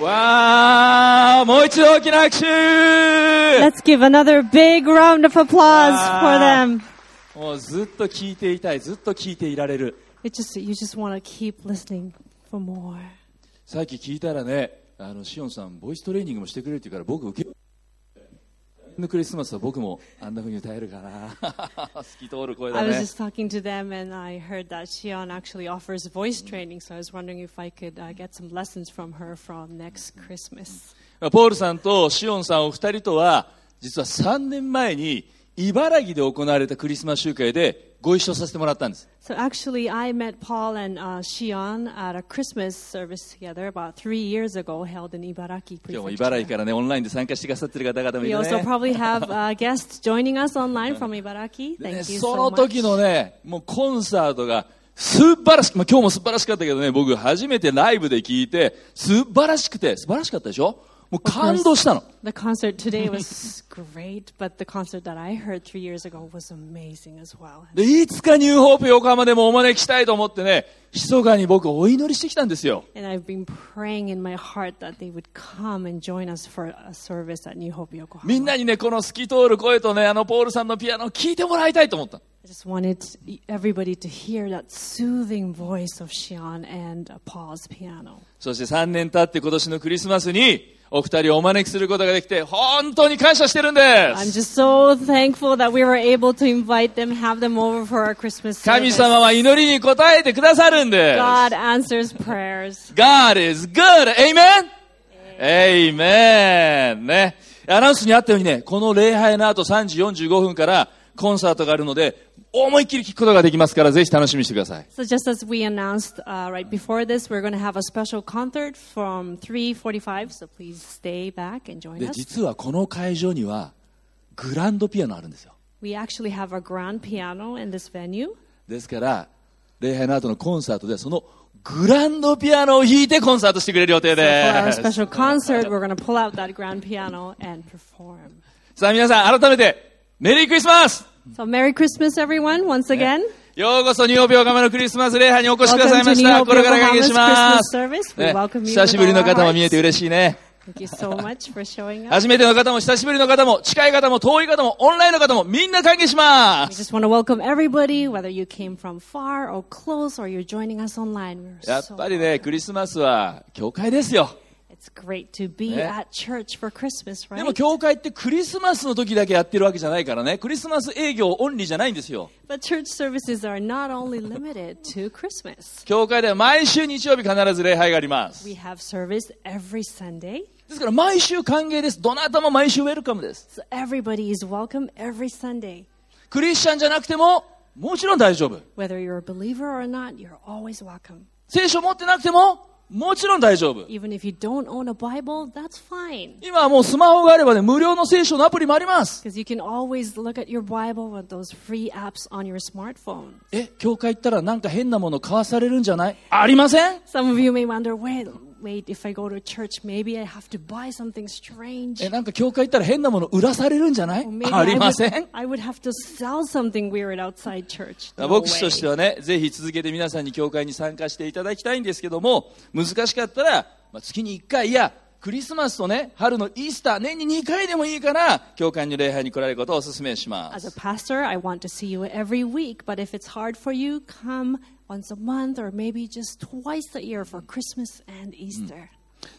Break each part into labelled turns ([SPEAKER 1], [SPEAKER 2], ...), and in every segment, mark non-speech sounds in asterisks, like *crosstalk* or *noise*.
[SPEAKER 1] わー、もう一度大きな拍手
[SPEAKER 2] Let's give another big round of applause for them.
[SPEAKER 1] もうずっと聞いていたい、ずっと聞いていられる。
[SPEAKER 2] It just you just want to keep listening for more.
[SPEAKER 1] さっき聞いたらね、あの、シオンさん、ボイストレーニングもしてくれるって言うから、僕受け、のクリスマスは僕もあんな風に歌えるかな。 *laughs* 透き通る声
[SPEAKER 2] I
[SPEAKER 1] だね。
[SPEAKER 2] was just talking to them and I heard that Shion actually offers voice training, so I was wondering if I could uh, get some lessons from her from next Christmas.
[SPEAKER 1] ポールさんとシオンさんお二人とは、実は3年前に茨城で行われたクリスマス集会でご一緒させてもらったんです。
[SPEAKER 2] So actually, I met Paul and uh, Shion at a Christmas service together about three years ago, held in Ibaraki
[SPEAKER 1] 今日も茨城
[SPEAKER 2] Prefecture.
[SPEAKER 1] からね、オンラインで参加してくださってる方々もい
[SPEAKER 2] We
[SPEAKER 1] る
[SPEAKER 2] also
[SPEAKER 1] ね。
[SPEAKER 2] probably have uh, guests joining us online from Ibaraki.
[SPEAKER 1] でね
[SPEAKER 2] Thank you
[SPEAKER 1] そ
[SPEAKER 2] so
[SPEAKER 1] の時
[SPEAKER 2] much.
[SPEAKER 1] のね、もうコンサートが素晴らしく、まあ、今日も素晴らしかったけどね、僕初めてライブで聞いて、素晴らしくて、素晴らしかったでしょもう感動したの。
[SPEAKER 2] The concert today was great, but the concert that I heard three years ago was amazing as well.
[SPEAKER 1] で、いつかニューホープ横浜でもお招きしたいと思ってね、密かに僕お祈りしてきたんですよ。
[SPEAKER 2] And I've been praying in my heart that they would come and join us for a service at New Hope
[SPEAKER 1] み
[SPEAKER 2] Yokohama.
[SPEAKER 1] んなにね、この透き通る声とね、あのポールさんのピアノを聴いてもらいたいと思った。
[SPEAKER 2] I just wanted everybody to hear that soothing voice of Shion and Paul's piano.
[SPEAKER 1] そして3年経って今年のクリスマスに、お二人をお招きすることができて、本当に感謝してるんで
[SPEAKER 2] I'm
[SPEAKER 1] す。
[SPEAKER 2] just so thankful that we were able to invite them, have them over for our Christmas
[SPEAKER 1] 神
[SPEAKER 2] service.
[SPEAKER 1] 様は祈りに応えてくださるんです。
[SPEAKER 2] God answers prayers.
[SPEAKER 1] God is good. Amen? Amen. ね。アナウンスにあったようにね、この礼拝の後3時45分からコンサートがあるので、思いっきり聞くことができますから、ぜひ楽しみにしてください。
[SPEAKER 2] So just as we announced uh, right before this, we're going to have a special concert from 3:45. So please stay back and join
[SPEAKER 1] で、
[SPEAKER 2] us.
[SPEAKER 1] 実はこの会場には、グランドピアノあるんですよ。
[SPEAKER 2] We actually have a grand piano in this venue.
[SPEAKER 1] ですから、礼拝の後のコンサートで、そのグランドピアノを弾いてコンサートしてくれる予定
[SPEAKER 2] So for our
[SPEAKER 1] です。
[SPEAKER 2] special concert, we're going to pull out that grand piano and perform.
[SPEAKER 1] さあ皆さん、改めて、メリークリスマス
[SPEAKER 2] So Merry Christmas, everyone! Once again,
[SPEAKER 1] ようこそニューオーピオカマのクリスマス礼拝にお越しくださいまし
[SPEAKER 2] Welcome to
[SPEAKER 1] た。
[SPEAKER 2] New
[SPEAKER 1] これからお願いしま
[SPEAKER 2] Hope Yokohama's Christmas
[SPEAKER 1] す。
[SPEAKER 2] service. We
[SPEAKER 1] ね
[SPEAKER 2] welcome you
[SPEAKER 1] 久しぶりの方も見えて嬉しいね。
[SPEAKER 2] thank you so much for showing up.
[SPEAKER 1] 初めての方も久しぶりの方も、近い方も遠い方も、オンラインの方も、みんな歓迎し
[SPEAKER 2] We
[SPEAKER 1] ます。
[SPEAKER 2] just want to welcome everybody, whether you came from far or close, or you're joining us online. We're
[SPEAKER 1] やっ
[SPEAKER 2] so
[SPEAKER 1] ぱりね、クリスマスは、教会ですよ。
[SPEAKER 2] It's great to be
[SPEAKER 1] Yeah.
[SPEAKER 2] at church for Christmas,
[SPEAKER 1] でも
[SPEAKER 2] right?
[SPEAKER 1] 教会ってクリスマスの時だけやってるわけじゃないからね、クリスマス営業オンリーじゃないんですよ。
[SPEAKER 2] But church services are not only limited to Christmas.
[SPEAKER 1] 教会では毎週日曜日必ず礼拝があります
[SPEAKER 2] We。have service every Sunday.
[SPEAKER 1] ですから毎週歓迎です。どなたも毎週ウェルカムです。
[SPEAKER 2] So everybody is welcome every Sunday.
[SPEAKER 1] クリスチャンじゃなくても、もちろん大丈夫。
[SPEAKER 2] Whether you're a believer or not, you're always welcome.
[SPEAKER 1] 聖書持ってなくても、もちろん大丈夫。
[SPEAKER 2] Even if you don't own a Bible, that's fine.
[SPEAKER 1] 今はもうスマホがあればね、無料の聖書のアプリもあります。
[SPEAKER 2] Because you can always look at your Bible with those free apps on your smartphone.
[SPEAKER 1] え、教会行ったらなんか変なもの買わされるんじゃないありません
[SPEAKER 2] Some of you may wonder, wait, wait, if I go to church, maybe I have to buy something strange.
[SPEAKER 1] え、なんか教会行ったら変なもの売らされるんじゃない
[SPEAKER 2] Or maybe
[SPEAKER 1] *laughs* あり
[SPEAKER 2] I
[SPEAKER 1] ません
[SPEAKER 2] would, I would have to sell something weird outside church. No
[SPEAKER 1] 牧師として
[SPEAKER 2] way.
[SPEAKER 1] はね、ぜひ続けて皆さんに教会に参加していただきたいんですけども、難しかったら、まあ、月に1回、いや、クリスマスとね、春のイースター、年に2回でもいいから、教会に礼拝に来られることをお勧めしま
[SPEAKER 2] As a
[SPEAKER 1] す。
[SPEAKER 2] pastor, I want to see you every week, but if it's hard for you, come once a month or maybe just twice a year for Christmas and Easter.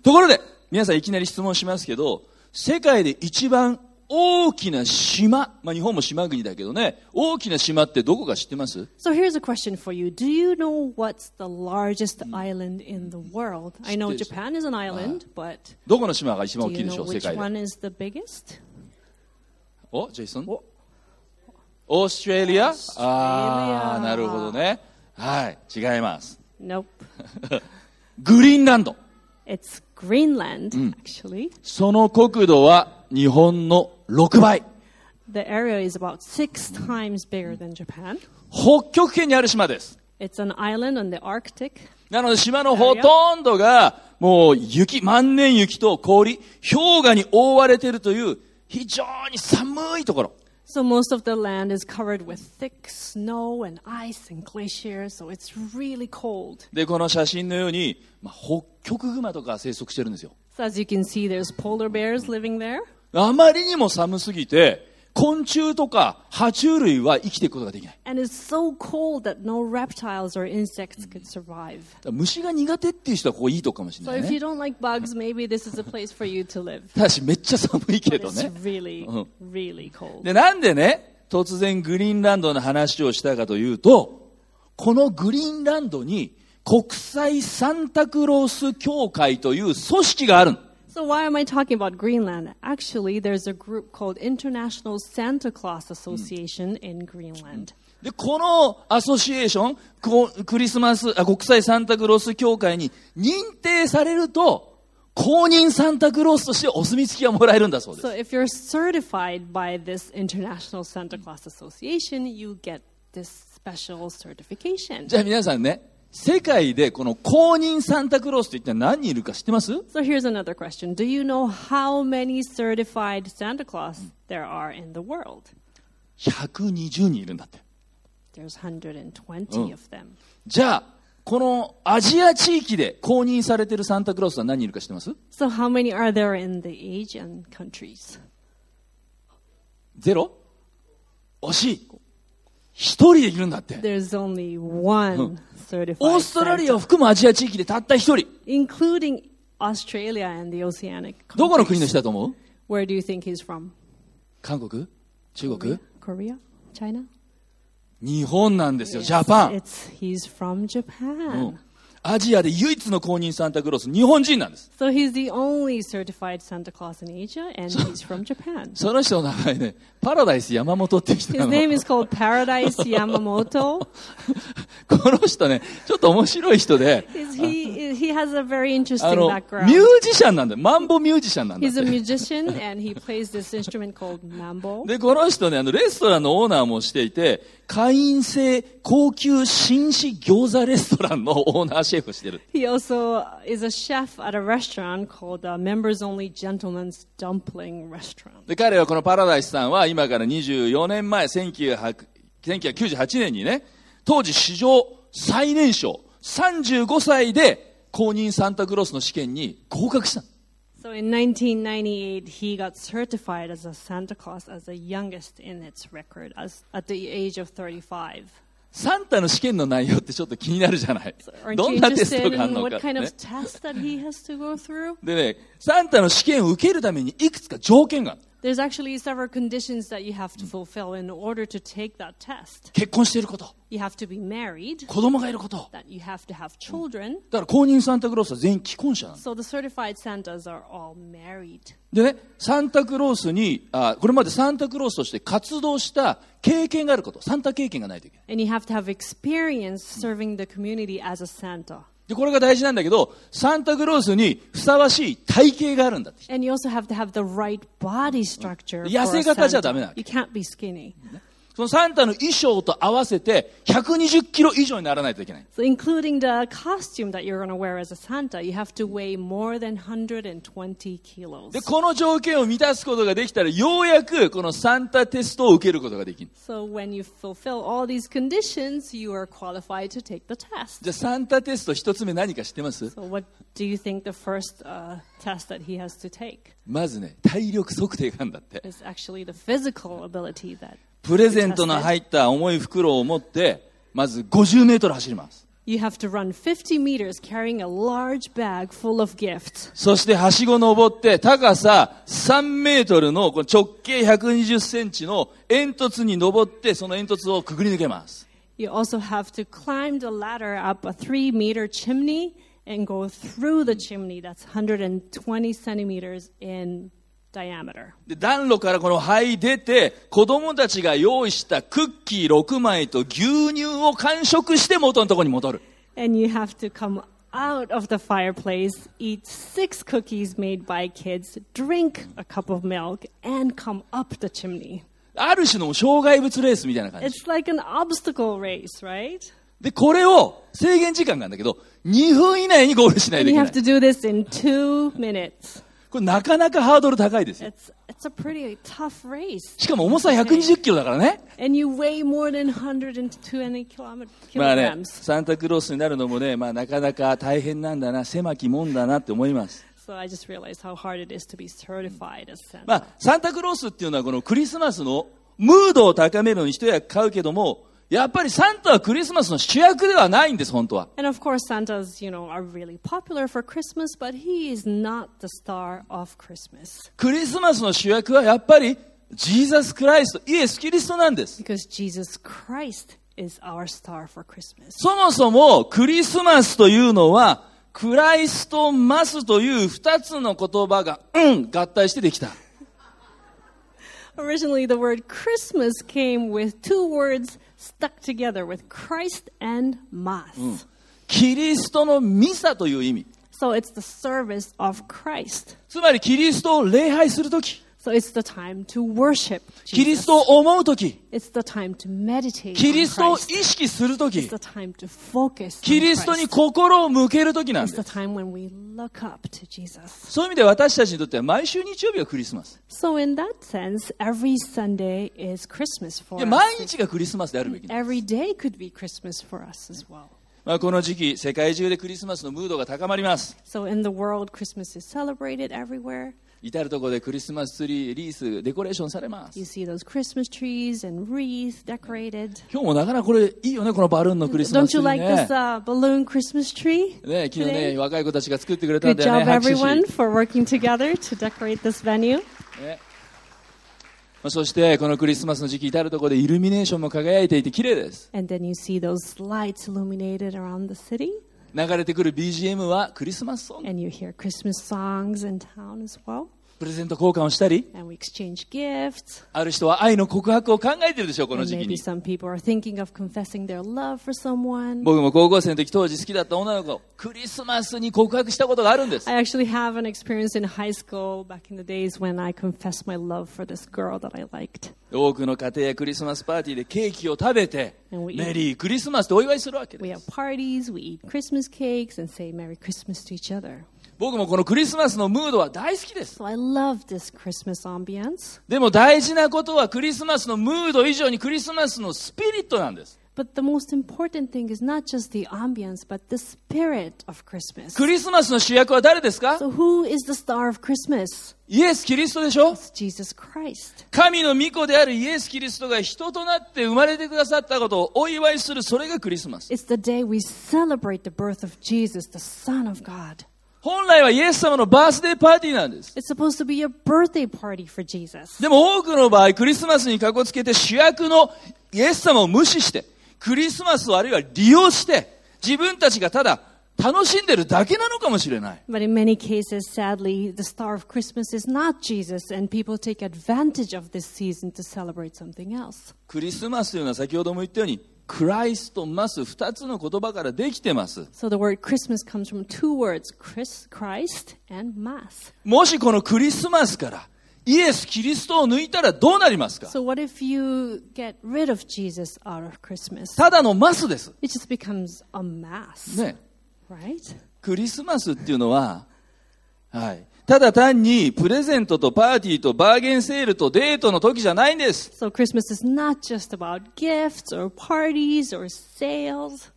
[SPEAKER 1] ところで、皆さんいきなり質問しますけど、世界で一番大きな島、まあ日本も島国だけどね、大きな島ってどこか知ってます
[SPEAKER 2] So here's a question for you. Do you know what's the largest island in the world? I know
[SPEAKER 1] 知ってる。
[SPEAKER 2] Japan is an island, but
[SPEAKER 1] どこの島が一番大
[SPEAKER 2] do
[SPEAKER 1] き
[SPEAKER 2] you
[SPEAKER 1] いでし
[SPEAKER 2] know
[SPEAKER 1] ょう、世
[SPEAKER 2] which
[SPEAKER 1] 界で。
[SPEAKER 2] one is the biggest?
[SPEAKER 1] お、ジェイソン
[SPEAKER 2] お
[SPEAKER 1] オーストラリア
[SPEAKER 2] オーストラリア
[SPEAKER 1] あー、なるほどね。はい、違います。
[SPEAKER 2] Nope.
[SPEAKER 1] グリーンランド。
[SPEAKER 2] It's Greenland, actually.
[SPEAKER 1] その国土は日本の6倍。
[SPEAKER 2] The area is about six times bigger than Japan.
[SPEAKER 1] 北極圏にある島です。
[SPEAKER 2] It's an island on the Arctic.
[SPEAKER 1] なので島のほとんどがもう雪、万年雪と氷、氷河に覆われているという非常に寒いところ。
[SPEAKER 2] So most of the land is covered with thick snow and ice and glaciers, so it's really cold.
[SPEAKER 1] で、この写真のように、まあ、北極熊とか生息してるんですよ。
[SPEAKER 2] So as you can see, there's polar bears living there.
[SPEAKER 1] あまりにも寒すぎて、昆虫とか爬虫類は生きていくことができない。
[SPEAKER 2] And it's so cold that no reptiles or insects could survive.
[SPEAKER 1] だから虫が苦手っていう人はここいいとこかもしれ
[SPEAKER 2] So
[SPEAKER 1] ない、
[SPEAKER 2] if
[SPEAKER 1] ね
[SPEAKER 2] you。don't like bugs, maybe this is a place for you
[SPEAKER 1] *laughs*
[SPEAKER 2] to live.
[SPEAKER 1] ただしめっちゃ寒いけど
[SPEAKER 2] It's
[SPEAKER 1] ね。
[SPEAKER 2] really,
[SPEAKER 1] Uh-huh.
[SPEAKER 2] really cold.
[SPEAKER 1] で、なんでね、突然グリーンランドの話をしたかというと、このグリーンランドに国際サンタクロース協会という組織があるの。
[SPEAKER 2] So why am I talking about Greenland? Actually, there's a group called International Santa Claus Association in Greenland.
[SPEAKER 1] で、このアソシエーション、こクリスマスあ、国際サンタクロース協会に認定されると、公認サンタクロースとしてお墨付きがもらえるんだそうです
[SPEAKER 2] So。if you're certified by this International Santa Claus Association, you get this special certification.
[SPEAKER 1] じゃあ皆さんね、世界でこの公認サンタクロースって一体何人いるか知ってます
[SPEAKER 2] So here's another question. Do you know how many certified Santa Claus there are in the world?
[SPEAKER 1] 120人いるんだって。
[SPEAKER 2] There's 120
[SPEAKER 1] Oh.
[SPEAKER 2] of them.
[SPEAKER 1] じゃあ、このアジア地域で公認されているサンタクロースは何人いるか知ってます
[SPEAKER 2] So how many are there in the Asian countries?
[SPEAKER 1] ゼロ惜しい。一人でいるんだって。
[SPEAKER 2] There's only one certified.
[SPEAKER 1] オーストラ
[SPEAKER 2] Santa
[SPEAKER 1] リアを含むアジア地域でたった一人。
[SPEAKER 2] including Australia and the oceanic
[SPEAKER 1] どこの国
[SPEAKER 2] countries.
[SPEAKER 1] の人だと思う
[SPEAKER 2] Where do you think he's from?
[SPEAKER 1] 韓国中国
[SPEAKER 2] Korea? China?
[SPEAKER 1] 日本なんですよ、ジャパン。
[SPEAKER 2] It's he's from Japan.
[SPEAKER 1] うんアジアで唯一の公認サンタクロース、日本人なんです。
[SPEAKER 2] So he's the only certified Santa Claus in Asia and he's from
[SPEAKER 1] *laughs*
[SPEAKER 2] Japan.
[SPEAKER 1] その人の名前ね、パラダイス山本っていう人な
[SPEAKER 2] His
[SPEAKER 1] の。
[SPEAKER 2] name is called Paradise Yamamoto.
[SPEAKER 1] この人ね、ちょっと面白い人で、
[SPEAKER 2] He's, he he has a very
[SPEAKER 1] あ
[SPEAKER 2] interesting
[SPEAKER 1] の、ミュ
[SPEAKER 2] background.
[SPEAKER 1] ージシャンなんだよ。マンボミュージシャンなんだっ
[SPEAKER 2] He's
[SPEAKER 1] て
[SPEAKER 2] a musician and he plays this instrument called
[SPEAKER 1] *laughs*
[SPEAKER 2] mambo.
[SPEAKER 1] で、この人ね、あの、レストランのオーナーもしていて、会員制高級紳士餃子レストランのオーナーシェフしてる。
[SPEAKER 2] He also uh, is a chef at a restaurant called uh, Members Only Gentlemen's Dumpling Restaurant.
[SPEAKER 1] で、彼はこのパラダイスさんは今から24年前、1900 1998年にね、当時史上最年少、35歳で公認サンタクロースの試験に合格したの。
[SPEAKER 2] So in 1998, he got certified as a Santa Claus as the youngest in its record as, at the age of 35.
[SPEAKER 1] サンタの試験の内容ってちょっと気になるじゃ
[SPEAKER 2] *laughs*
[SPEAKER 1] ない
[SPEAKER 2] So。aren't
[SPEAKER 1] ど
[SPEAKER 2] you
[SPEAKER 1] んなテス
[SPEAKER 2] interested
[SPEAKER 1] トがある
[SPEAKER 2] in
[SPEAKER 1] のか
[SPEAKER 2] what
[SPEAKER 1] って、
[SPEAKER 2] kind
[SPEAKER 1] ね
[SPEAKER 2] of。test that he has to go through?
[SPEAKER 1] でね、サンタの試験を受けるためにいくつか条件がある。
[SPEAKER 2] There's actually several conditions that you have to fulfill in order to take that test.
[SPEAKER 1] 結婚していること、
[SPEAKER 2] You have to be married,
[SPEAKER 1] 子供がいること。
[SPEAKER 2] that you have to have children.
[SPEAKER 1] だから公認サンタクロースは全員既婚者なんです。
[SPEAKER 2] So the certified Santas are all married.
[SPEAKER 1] でね、サンタクロースに、あこれまでサンタクロースとして活動した経験があること、サンタ経験がないといけない。
[SPEAKER 2] And you have to have experience serving the community as a Santa.
[SPEAKER 1] で、これが大事なんだけど、サンタクロースにふさわしい体型があるんだって。
[SPEAKER 2] And you also have to have the right body structure. For
[SPEAKER 1] 痩せ
[SPEAKER 2] a
[SPEAKER 1] 型じゃ
[SPEAKER 2] Santa.
[SPEAKER 1] ダメなわけ
[SPEAKER 2] You can't be skinny.
[SPEAKER 1] そのサンタの衣装と合わせて120キロ以上にならないといけない。
[SPEAKER 2] So, including the costume that you're going to wear as a Santa, you have to weigh more than 120 kilos.
[SPEAKER 1] で、この条件を満たすことができたら、ようやくこのサンタテストを受けることができる。
[SPEAKER 2] So, when you fulfill all these conditions, you are qualified to take the test.
[SPEAKER 1] じゃあサンタテスト一つ目何か知ってます
[SPEAKER 2] So, what do you think the first uh, test that he has to take
[SPEAKER 1] まずね、体力測定があるんだって。
[SPEAKER 2] is actually the physical ability that
[SPEAKER 1] プレゼントの入った重い袋を持って、まず50メートル走ります。
[SPEAKER 2] you have to run 50 meters carrying a large bag full of gifts.
[SPEAKER 1] そして、はしご登って、高さ3メートルのこの直径120センチの煙突に登って、その煙突をくぐり抜けます。
[SPEAKER 2] You also have to climb the ladder up a three meter chimney and go through the chimney that's 120 centimeters in diameter.
[SPEAKER 1] で、暖炉からこの灰出て、子供たちが用意したクッキー6枚と牛乳を完食して元のところに戻る。
[SPEAKER 2] And you have to come out of the fireplace, eat six cookies made by kids, drink a cup of milk, and come up the chimney.
[SPEAKER 1] ある種の障害物レースみたいな感じ。
[SPEAKER 2] It's like an obstacle race, right?
[SPEAKER 1] で、これを制限時間があるんだけど、2分以内にゴールしないと
[SPEAKER 2] And
[SPEAKER 1] い
[SPEAKER 2] you
[SPEAKER 1] けない
[SPEAKER 2] have to。do this in two minutes.
[SPEAKER 1] これなかなかハードル高いですよ。
[SPEAKER 2] It's, it's a pretty tough race.
[SPEAKER 1] しかも重さ120キロだからね。
[SPEAKER 2] And you weigh more than 120 kilom-
[SPEAKER 1] まあね、
[SPEAKER 2] kilograms.
[SPEAKER 1] サンタクロースになるのもね、まあなかなか大変なんだな、狭きもんだなって思います。
[SPEAKER 2] So I just realized how hard it is to be certified as Santa.
[SPEAKER 1] まあ、サンタクロースっていうのはこのクリスマスのムードを高めるのに一役買うけども、やっぱりサンタはクリスマスの主役ではないんです、本当は。
[SPEAKER 2] and of course, Santas, you know, are really popular for Christmas, but he is not the star of Christmas
[SPEAKER 1] クリスマスの主役はやっぱりジーザス・クライスト、イエス・キリストなんです。
[SPEAKER 2] because Jesus Christ is our star for Christmas.
[SPEAKER 1] そもそもクリスマスというのは、クライスト・マスという二つの言葉が、うん、合体してできた。
[SPEAKER 2] Originally, the word Christmas came with two words stuck together with Christ and Mass.
[SPEAKER 1] キリストのミサという意味。
[SPEAKER 2] So it's the service of Christ.
[SPEAKER 1] つまりキリストを礼拝するとき、
[SPEAKER 2] So it's the time to worship
[SPEAKER 1] キリ
[SPEAKER 2] Jesus.
[SPEAKER 1] ストを思うとき、
[SPEAKER 2] It's the time to meditate
[SPEAKER 1] キリスト
[SPEAKER 2] on
[SPEAKER 1] を意
[SPEAKER 2] Christ.
[SPEAKER 1] 識するとき
[SPEAKER 2] It's、the time to focus
[SPEAKER 1] キリ
[SPEAKER 2] on
[SPEAKER 1] ストに
[SPEAKER 2] Christ.
[SPEAKER 1] 心を向けるときなん
[SPEAKER 2] It's
[SPEAKER 1] で
[SPEAKER 2] the
[SPEAKER 1] す。
[SPEAKER 2] time when we look up to Jesus.
[SPEAKER 1] そういう意味で私たちにとっては毎週日曜日はクリスマス。
[SPEAKER 2] So in that sense, every Sunday is Christmas for
[SPEAKER 1] で
[SPEAKER 2] us.
[SPEAKER 1] 毎日がクリスマスであるべきなんです
[SPEAKER 2] Every day could be Christmas for us as well.
[SPEAKER 1] まあ、この時期、世界中でクリスマスのムードが高まります。
[SPEAKER 2] So in the world, Christmas is celebrated everywhere.
[SPEAKER 1] 至る所でクリスマスツリー、リース、デコレーションされます
[SPEAKER 2] You。see those Christmas trees and wreaths decorated.
[SPEAKER 1] 今日もなかなかこれいいよね、このバルーンのクリスマ
[SPEAKER 2] Don't
[SPEAKER 1] スツ
[SPEAKER 2] you
[SPEAKER 1] リー
[SPEAKER 2] like this
[SPEAKER 1] ね。
[SPEAKER 2] uh, balloon Christmas tree?
[SPEAKER 1] ね昨日ね、
[SPEAKER 2] today?
[SPEAKER 1] 若い子たちが作ってくれたん
[SPEAKER 2] Good
[SPEAKER 1] だよね、
[SPEAKER 2] job,
[SPEAKER 1] 拍手し
[SPEAKER 2] everyone,
[SPEAKER 1] ね
[SPEAKER 2] for working together to decorate this venue.
[SPEAKER 1] まあそして、このクリスマスの時期、至る所でイルミネーションも輝いていて綺麗です。
[SPEAKER 2] And then you see those lights illuminated around the city,
[SPEAKER 1] 流れてくる BGM はクリスマスソング。
[SPEAKER 2] and you hear Christmas songs in town as well.
[SPEAKER 1] プレゼント交換をしたり、
[SPEAKER 2] And we exchange gifts.
[SPEAKER 1] ある人は愛の告白を考えてるでしょう、この
[SPEAKER 2] And
[SPEAKER 1] 時期
[SPEAKER 2] maybe
[SPEAKER 1] に。
[SPEAKER 2] some people are thinking of confessing their love for someone.
[SPEAKER 1] 僕も高校生の時、当時好きだった女の子、クリスマスに告白したことがあるんです。
[SPEAKER 2] I actually have an experience in high school back in the days when I confessed my love for this girl that I liked.
[SPEAKER 1] 多くの家庭やクリスマスパーティーでケーキを食べて、
[SPEAKER 2] And we eat.
[SPEAKER 1] メリークリスマスとお祝いするわけ
[SPEAKER 2] We
[SPEAKER 1] です。
[SPEAKER 2] have parties, we eat Christmas cakes, and say Merry Christmas to each other.
[SPEAKER 1] 僕もこのクリスマスのムードは大好きです。
[SPEAKER 2] So I love this Christmas ambiance.
[SPEAKER 1] でも大事なことはクリスマスのムード以上にクリスマスのスピリットなんです。
[SPEAKER 2] But the most important thing is not just the ambience, but the spirit of Christmas.
[SPEAKER 1] クリスマスの主役は誰ですか
[SPEAKER 2] So, who is the star of Christmas?
[SPEAKER 1] イエス・キリストでしょ
[SPEAKER 2] It's Jesus Christ.
[SPEAKER 1] 神の御子であるイエス・キリストが人となって生まれてくださったことをお祝いする、それがクリスマス。
[SPEAKER 2] It's the day we celebrate the birth of Jesus, the Son of God.
[SPEAKER 1] 本来はイエス様のバースデーパーティーなんです。
[SPEAKER 2] It's supposed to be a birthday party for Jesus.
[SPEAKER 1] でも多くの場合、クリスマスにかこつけて主役のイエス様を無視して、クリスマスをあるいは利用して、自分たちがただ楽しんでるだけなのかもしれない。
[SPEAKER 2] But in many cases, sadly, the star of Christmas is not Jesus, and people take advantage of this season to celebrate something else.
[SPEAKER 1] クリスマスというのは先ほども言ったように、クライスト、マス、二つの言葉からできてます。
[SPEAKER 2] So the word Christmas comes from two words, Chris, Christ and Mass.
[SPEAKER 1] もしこのクリスマスからイエス・キリストを抜いたらどうなりますか
[SPEAKER 2] So what if you get rid of Jesus out of Christmas?
[SPEAKER 1] ただのマスです。
[SPEAKER 2] It just becomes a mass,
[SPEAKER 1] ね。
[SPEAKER 2] right?
[SPEAKER 1] クリスマスっていうのは、はい。ただ単にプレゼントとパーティーとバーゲンセールとデートの時じゃないんです。
[SPEAKER 2] So Christmas is not just about gifts or parties or sales.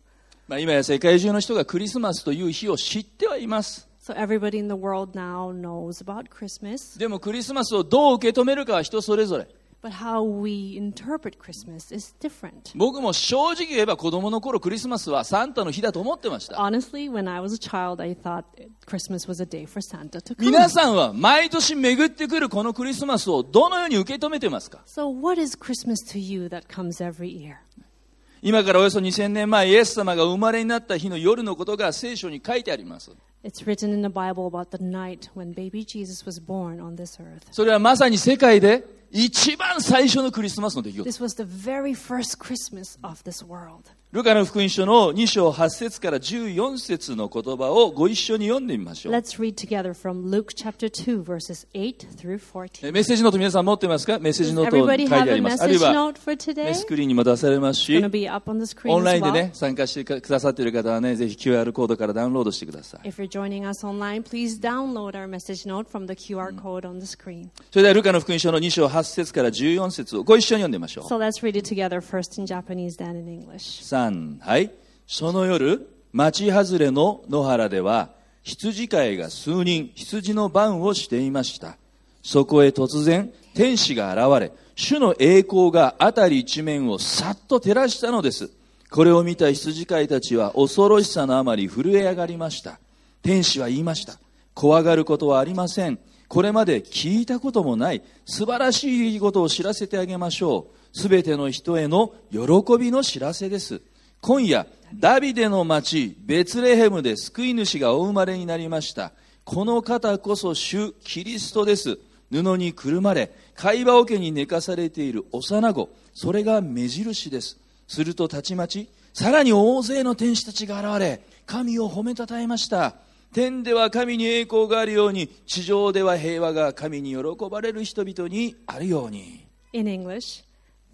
[SPEAKER 1] まあ、今や世界中の人がクリスマスという日を知ってはいます。
[SPEAKER 2] So everybody in the world now knows about Christmas,
[SPEAKER 1] でもクリスマスをどう受け止めるかは人それぞれ。
[SPEAKER 2] but how we interpret Christmas is different.
[SPEAKER 1] 僕も正直言えば子供の頃クリスマスはサンタの日だと思ってました。
[SPEAKER 2] Honestly, when I was a child, I thought Christmas was a day for Santa to come.
[SPEAKER 1] 皆さんは毎年巡ってくるこのクリスマスをどのように受け止めてますか
[SPEAKER 2] So what is Christmas to you that comes every year?
[SPEAKER 1] 今からおよそ2000年前、イエス様が生まれになった日の夜のことが聖書に書いてあります。
[SPEAKER 2] It's written in the Bible about the night when baby Jesus was born on this earth.
[SPEAKER 1] それはまさに世界で一番最初のクリスマスの出来事。
[SPEAKER 2] This was the very first Christmas of this world.
[SPEAKER 1] ルカの福音書の2章8節から14節の言葉をご一緒に読んでみましょう。
[SPEAKER 2] Let's read together from Luke chapter 2, verses 8 through 14.
[SPEAKER 1] えメッセージノート皆さん持ってますかメッセージ
[SPEAKER 2] Does
[SPEAKER 1] ノート書
[SPEAKER 2] everybody
[SPEAKER 1] いてあ
[SPEAKER 2] have
[SPEAKER 1] り
[SPEAKER 2] a
[SPEAKER 1] ます。あるい
[SPEAKER 2] message
[SPEAKER 1] は
[SPEAKER 2] note for
[SPEAKER 1] ね
[SPEAKER 2] today?
[SPEAKER 1] ス
[SPEAKER 2] It's
[SPEAKER 1] クリーンにも出されますし
[SPEAKER 2] going to、be up on the screen
[SPEAKER 1] オンライ
[SPEAKER 2] as
[SPEAKER 1] ンで
[SPEAKER 2] well.
[SPEAKER 1] ね、参加してくださっている方はね、ぜひ QR コードからダウンロードしてください。
[SPEAKER 2] If you're joining us online, please download our message note from the QR code on the screen.
[SPEAKER 1] それではルカの福音書の2章8節から14節をご一緒に読んでみましょう。
[SPEAKER 2] So let's read it together first in Japanese, then in English.
[SPEAKER 1] 3、はい。その夜、町外れの野原では、羊飼いが数人、羊の番をしていました。そこへ突然、天使が現れ、主の栄光が辺り一面をさっと照らしたのです。これを見た羊飼いたちは恐ろしさのあまり震え上がりました。天使は言いました。怖がることはありません。これまで聞いたこともない素晴らしい出来事を知らせてあげましょう。すべての人への喜びの知らせです。今夜、ダビデの町、ベツレヘムで救い主がお生まれになりました。この方こそ主キリストです。布にくるまれ、貝羽桶に寝かされている幼子、それが目印です。するとたちまち、さらに大勢の天使たちが現れ、神を褒めたたえました。天では神に栄光があるように、地上では平和が神に喜ばれる人々にあるように。
[SPEAKER 2] In English,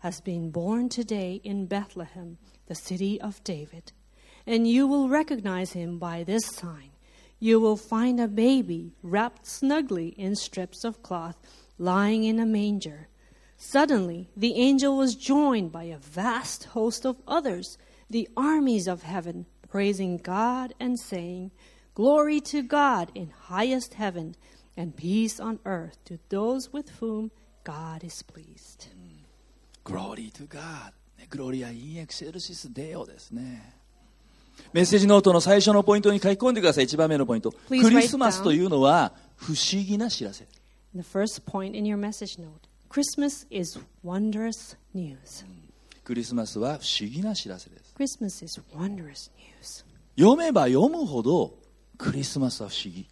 [SPEAKER 2] has been born today in Bethlehem, the city of David. And you will recognize him by this sign. You will find a baby wrapped snugly in strips of cloth, lying in a manger. Suddenly, the angel was joined by a vast host of others, the armies of heaven, praising God and saying, Glory to God in highest heaven, and peace on earth to those with whom God is pleased.
[SPEAKER 1] Glory to God. ねグロリア・インエクセルシス・デオですね。メッセージノートの最初のポイントに書き込んでください。一番目のポイント。ク
[SPEAKER 2] Please write
[SPEAKER 1] リスマスというのは不思議な知らせ。
[SPEAKER 2] The first point in your message note Christmas is wondrous news.
[SPEAKER 1] クリスマスは不思議な知らせです。
[SPEAKER 2] Christmas is wondrous news.
[SPEAKER 1] 読めば読むほどクリスマスは不思議。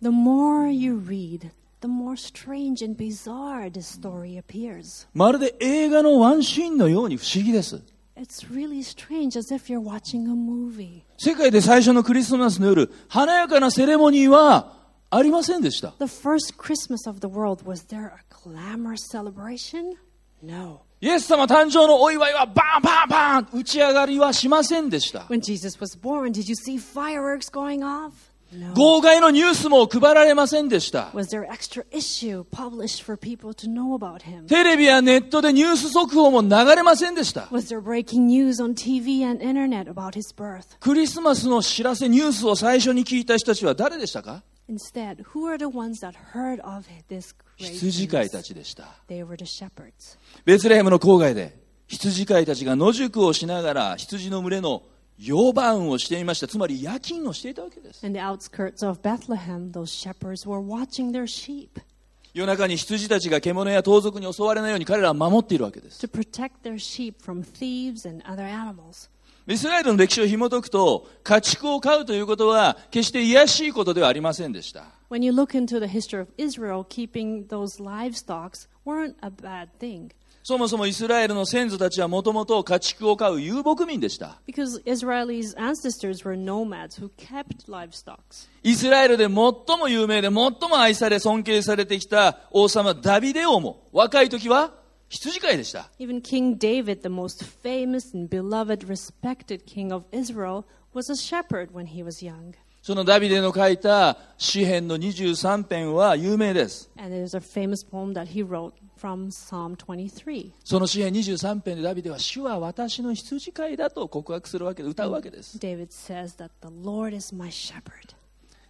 [SPEAKER 2] The more you read, the more strange and bizarre this story appears.
[SPEAKER 1] まるで映画のワンシーンのように不思議です。
[SPEAKER 2] It's really strange, as if you're watching a movie.
[SPEAKER 1] 世界で最初のクリスマスの夜、華やかなセレモニーはありませんでした。
[SPEAKER 2] The first Christmas of the world, was there a glamorous celebration? No.
[SPEAKER 1] イエス様誕生のお祝いはバンバンバン打ち上がりはしませんでした。
[SPEAKER 2] When Jesus was born, did you see fireworks going off? No.
[SPEAKER 1] 号外のニュースも配られませんでした。
[SPEAKER 2] Was there extra issue published for people to know about him?
[SPEAKER 1] テレビやネットでニュース速報も流れませんでした。
[SPEAKER 2] Was there breaking news on TV and internet about his birth?
[SPEAKER 1] クリスマスの知らせ、ニュースを最初に聞いた人たちは誰でしたか
[SPEAKER 2] Instead, who are the ones that heard of this great
[SPEAKER 1] 羊飼い
[SPEAKER 2] news?
[SPEAKER 1] たちでした。
[SPEAKER 2] They were the shepherds.
[SPEAKER 1] ベツレヘムの郊外で羊飼いたちが野宿をしながら羊の群れの夜番をしていました。つまり夜勤をしていたわけです。
[SPEAKER 2] In the outskirts of Bethlehem, those shepherds were watching their sheep
[SPEAKER 1] 夜中に羊たちが獣や盗賊に襲われないように彼らは守っているわけです。
[SPEAKER 2] to protect their sheep from thieves and other animals.
[SPEAKER 1] イスラエルの歴史を紐解くと、家畜を飼うということは決して卑しいことではありませんでした。
[SPEAKER 2] When you look into the history of Israel, keeping those livestock weren't a bad thing
[SPEAKER 1] そもそもイスラエルの先祖たちはもともと家畜を飼う遊牧民でした。
[SPEAKER 2] because Israelis' ancestors were nomads who kept livestock.
[SPEAKER 1] イスラエルで最も有名で最も愛され尊敬されてきた王様ダビデ王も若い時は羊飼いでした。
[SPEAKER 2] Even King David, the most famous and beloved, respected king of Israel, was a shepherd when he was young.
[SPEAKER 1] そのダビデの書いた詩篇の23編は有名です。
[SPEAKER 2] And there's a famous poem that he wrote from Psalm 23.
[SPEAKER 1] その詩篇23編でダビデは主は私の羊飼いだと告白するわけで歌うわけです。
[SPEAKER 2] David says that the Lord is my shepherd.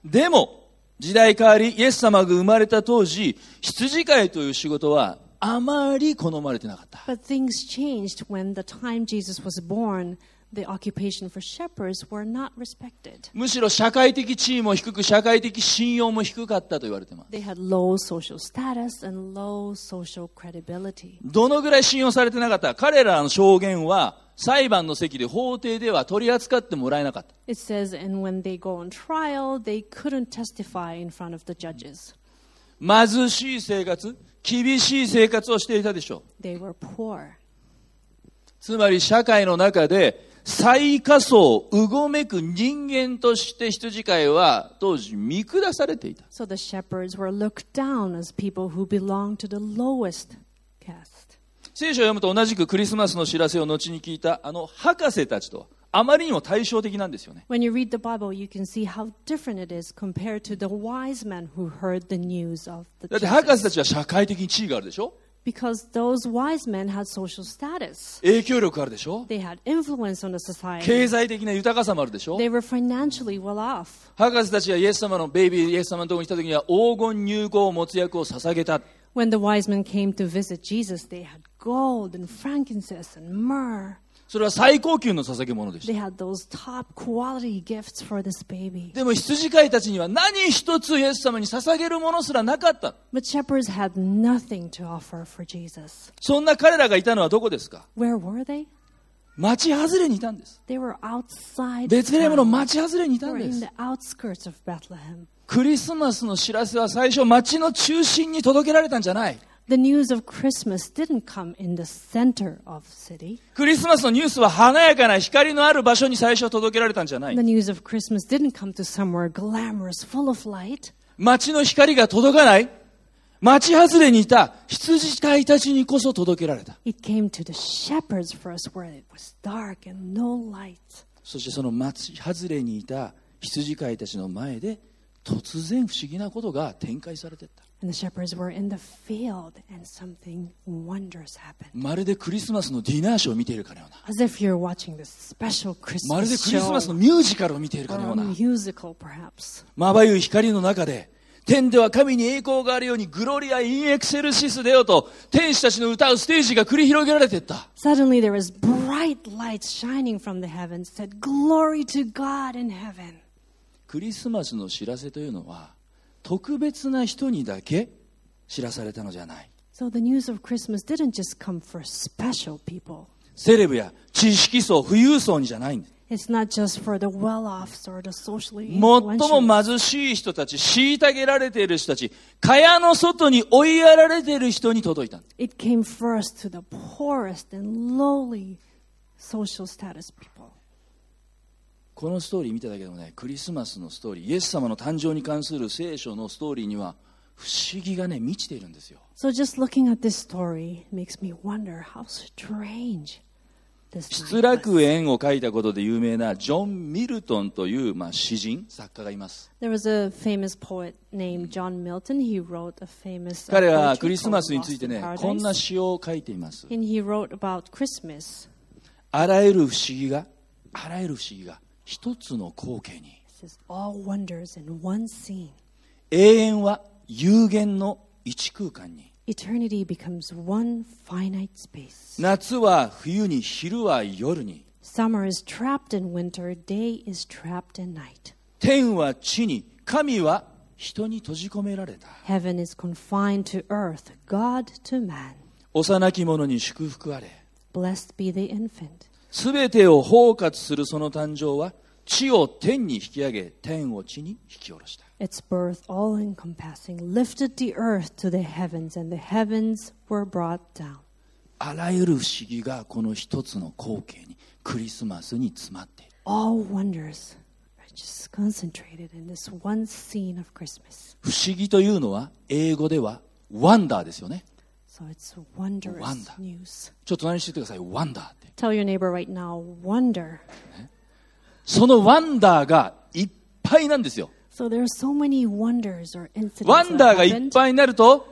[SPEAKER 1] でも、時代変わり、イエス様が生まれた当時、羊飼いという仕事はあまり好まれてなかった。
[SPEAKER 2] But things changed when the time Jesus was born, the occupation for shepherds were not respected.
[SPEAKER 1] むしろ社会的地位も低く、社会的信用も低かったと言われてます。
[SPEAKER 2] They had low social status and low social credibility.
[SPEAKER 1] どのぐらい信用されてなかった彼らの証言は裁判の席で法廷では取り扱ってもらえなかった。
[SPEAKER 2] It says, and when they go on trial, they couldn't testify in front of the judges.
[SPEAKER 1] 貧しい生活、厳しい生活をしていたでしょう。
[SPEAKER 2] They were poor.
[SPEAKER 1] つまり社会の中で最下層、うごめく人間として羊飼いは当時見下されていた。
[SPEAKER 2] So the shepherds were looked down as people who belonged to the lowest caste.
[SPEAKER 1] 聖書を読むと同じくクリスマスの知らせを後に聞いたあの博士たちとはあまりにも対照的なんですよね。
[SPEAKER 2] When you read the Bible, you can see how different it is compared to the wise men who heard the news of
[SPEAKER 1] だ
[SPEAKER 2] the
[SPEAKER 1] って博
[SPEAKER 2] Jesus.
[SPEAKER 1] 士たちは社会的に地位があるでしょ
[SPEAKER 2] Because those wise men had social status.
[SPEAKER 1] 影響力あるでしょ
[SPEAKER 2] They had influence on the society.
[SPEAKER 1] 経済的な豊かさもあるでしょ
[SPEAKER 2] They were financially well off.
[SPEAKER 1] 博士たちがイエス様のベイビーイエス様のところに来た時には黄金入港を持つ役を捧げた
[SPEAKER 2] When the wise men came to visit Jesus, they had gold and frankincense and myrrh.
[SPEAKER 1] それは最高級の捧げ物でし
[SPEAKER 2] They
[SPEAKER 1] た
[SPEAKER 2] had those top quality gifts for this baby.
[SPEAKER 1] でも羊飼いたちには何一つイエス様に捧げるものすらなかった
[SPEAKER 2] But shepherds had nothing to offer for Jesus.
[SPEAKER 1] そんな彼らがいたのはどこですか
[SPEAKER 2] Where were they?
[SPEAKER 1] 町外れにいたんです
[SPEAKER 2] They were outside.
[SPEAKER 1] ベツレヘムの
[SPEAKER 2] town.
[SPEAKER 1] 町外れにい
[SPEAKER 2] They
[SPEAKER 1] た
[SPEAKER 2] were
[SPEAKER 1] んで
[SPEAKER 2] in
[SPEAKER 1] す
[SPEAKER 2] the outskirts of Bethlehem.
[SPEAKER 1] クリスマスの知らせは最初町の中心に届けられたんじゃない
[SPEAKER 2] The news of Christmas didn't come in the center of city.
[SPEAKER 1] クリスマスのニュースは華やかな光のある場所に最初届けられたんじゃない
[SPEAKER 2] The news of Christmas didn't come to somewhere glamorous, full of light.
[SPEAKER 1] 街の光が届かない街外れにいた羊飼いたちにこそ届けられた
[SPEAKER 2] It came to the shepherds first, where it was dark and no light.
[SPEAKER 1] そしてその街外れにいた羊飼いたちの前で突然不思議なことが展開されていった
[SPEAKER 2] And the shepherds were in the field, and something wondrous happened.
[SPEAKER 1] まるでクリスマスのディナーショーを見ているかのような
[SPEAKER 2] As if you're watching this special
[SPEAKER 1] まるでク
[SPEAKER 2] Christmas
[SPEAKER 1] リスマスの
[SPEAKER 2] show
[SPEAKER 1] ミュージカルを見ているか
[SPEAKER 2] or
[SPEAKER 1] のよ
[SPEAKER 2] a
[SPEAKER 1] うな
[SPEAKER 2] musical, perhaps.
[SPEAKER 1] まばゆい光の中で天では神に栄光があるようにグロリア・イン・エクセルシスデよと天使たちの歌うステージが繰り広げられていった
[SPEAKER 2] Suddenly, there was bright light shining from the heavens. Said, "Glory to God in heaven."
[SPEAKER 1] クリスマスの知らせというのは特別な人にだけ知らされたのじゃない
[SPEAKER 2] So the news of Christmas didn't just come for special people.
[SPEAKER 1] セレブや知識層富裕層にじゃないんです
[SPEAKER 2] It's not just for the well-off or the socially
[SPEAKER 1] 最
[SPEAKER 2] influential.
[SPEAKER 1] も貧しい人たち虐げられている人たち蚊帳の外に追いやられている人に届いたんです
[SPEAKER 2] It came first to the poorest and lowly social status people.
[SPEAKER 1] このストーリー見ただけでもねクリスマスのストーリーイエス様の誕生に関する聖書のストーリーには不思議がね満ちているんですよ
[SPEAKER 2] So just looking at this story makes me wonder how strange this
[SPEAKER 1] 失
[SPEAKER 2] night
[SPEAKER 1] 楽
[SPEAKER 2] was.
[SPEAKER 1] 園を書いたことで有名なジョン・ミルトンという、まあ、詩人作家がいます
[SPEAKER 2] There was a famous poet named John Milton. He wrote a famous uh,
[SPEAKER 1] 彼は
[SPEAKER 2] poetry
[SPEAKER 1] クリス
[SPEAKER 2] called
[SPEAKER 1] マスについ
[SPEAKER 2] Lost
[SPEAKER 1] て
[SPEAKER 2] in
[SPEAKER 1] ねこんな
[SPEAKER 2] Paradise.
[SPEAKER 1] 詩を書いています
[SPEAKER 2] And he wrote about Christmas.
[SPEAKER 1] あらゆる不思議があらゆる不思議が一つの光景に
[SPEAKER 2] It says, all wonders in one scene.
[SPEAKER 1] 永遠は有限の一空間に
[SPEAKER 2] Eternity becomes one finite space.
[SPEAKER 1] 夏は冬に昼は夜に
[SPEAKER 2] Summer is trapped in winter, day is trapped in night.
[SPEAKER 1] 天は地に神は人に閉じ込められた
[SPEAKER 2] Heaven is confined to earth, God to man.
[SPEAKER 1] 幼き者に祝福あれ
[SPEAKER 2] Blessed be the infant.
[SPEAKER 1] すべてを包括するその誕生は地を天に引き上げ天を地に引き下ろした
[SPEAKER 2] Its birth, all encompassing, lifted the earth to the heavens, and the heavens were brought down.
[SPEAKER 1] あらゆる不思議がこの一つの光景にクリスマスに詰まっている
[SPEAKER 2] All wonders are just concentrated in this one scene of Christmas.
[SPEAKER 1] 不思議というのは英語ではワンダーですよね
[SPEAKER 2] So it's wondrous
[SPEAKER 1] Wonder.
[SPEAKER 2] news.
[SPEAKER 1] ちょっと何しててくださいワンダーって
[SPEAKER 2] Tell your neighbor right now, wonder.
[SPEAKER 1] そのワンダーがいっぱいなんですよ
[SPEAKER 2] So there are so many wonders or incidents
[SPEAKER 1] ワンダー
[SPEAKER 2] that
[SPEAKER 1] がいっ
[SPEAKER 2] happened.
[SPEAKER 1] ぱいになると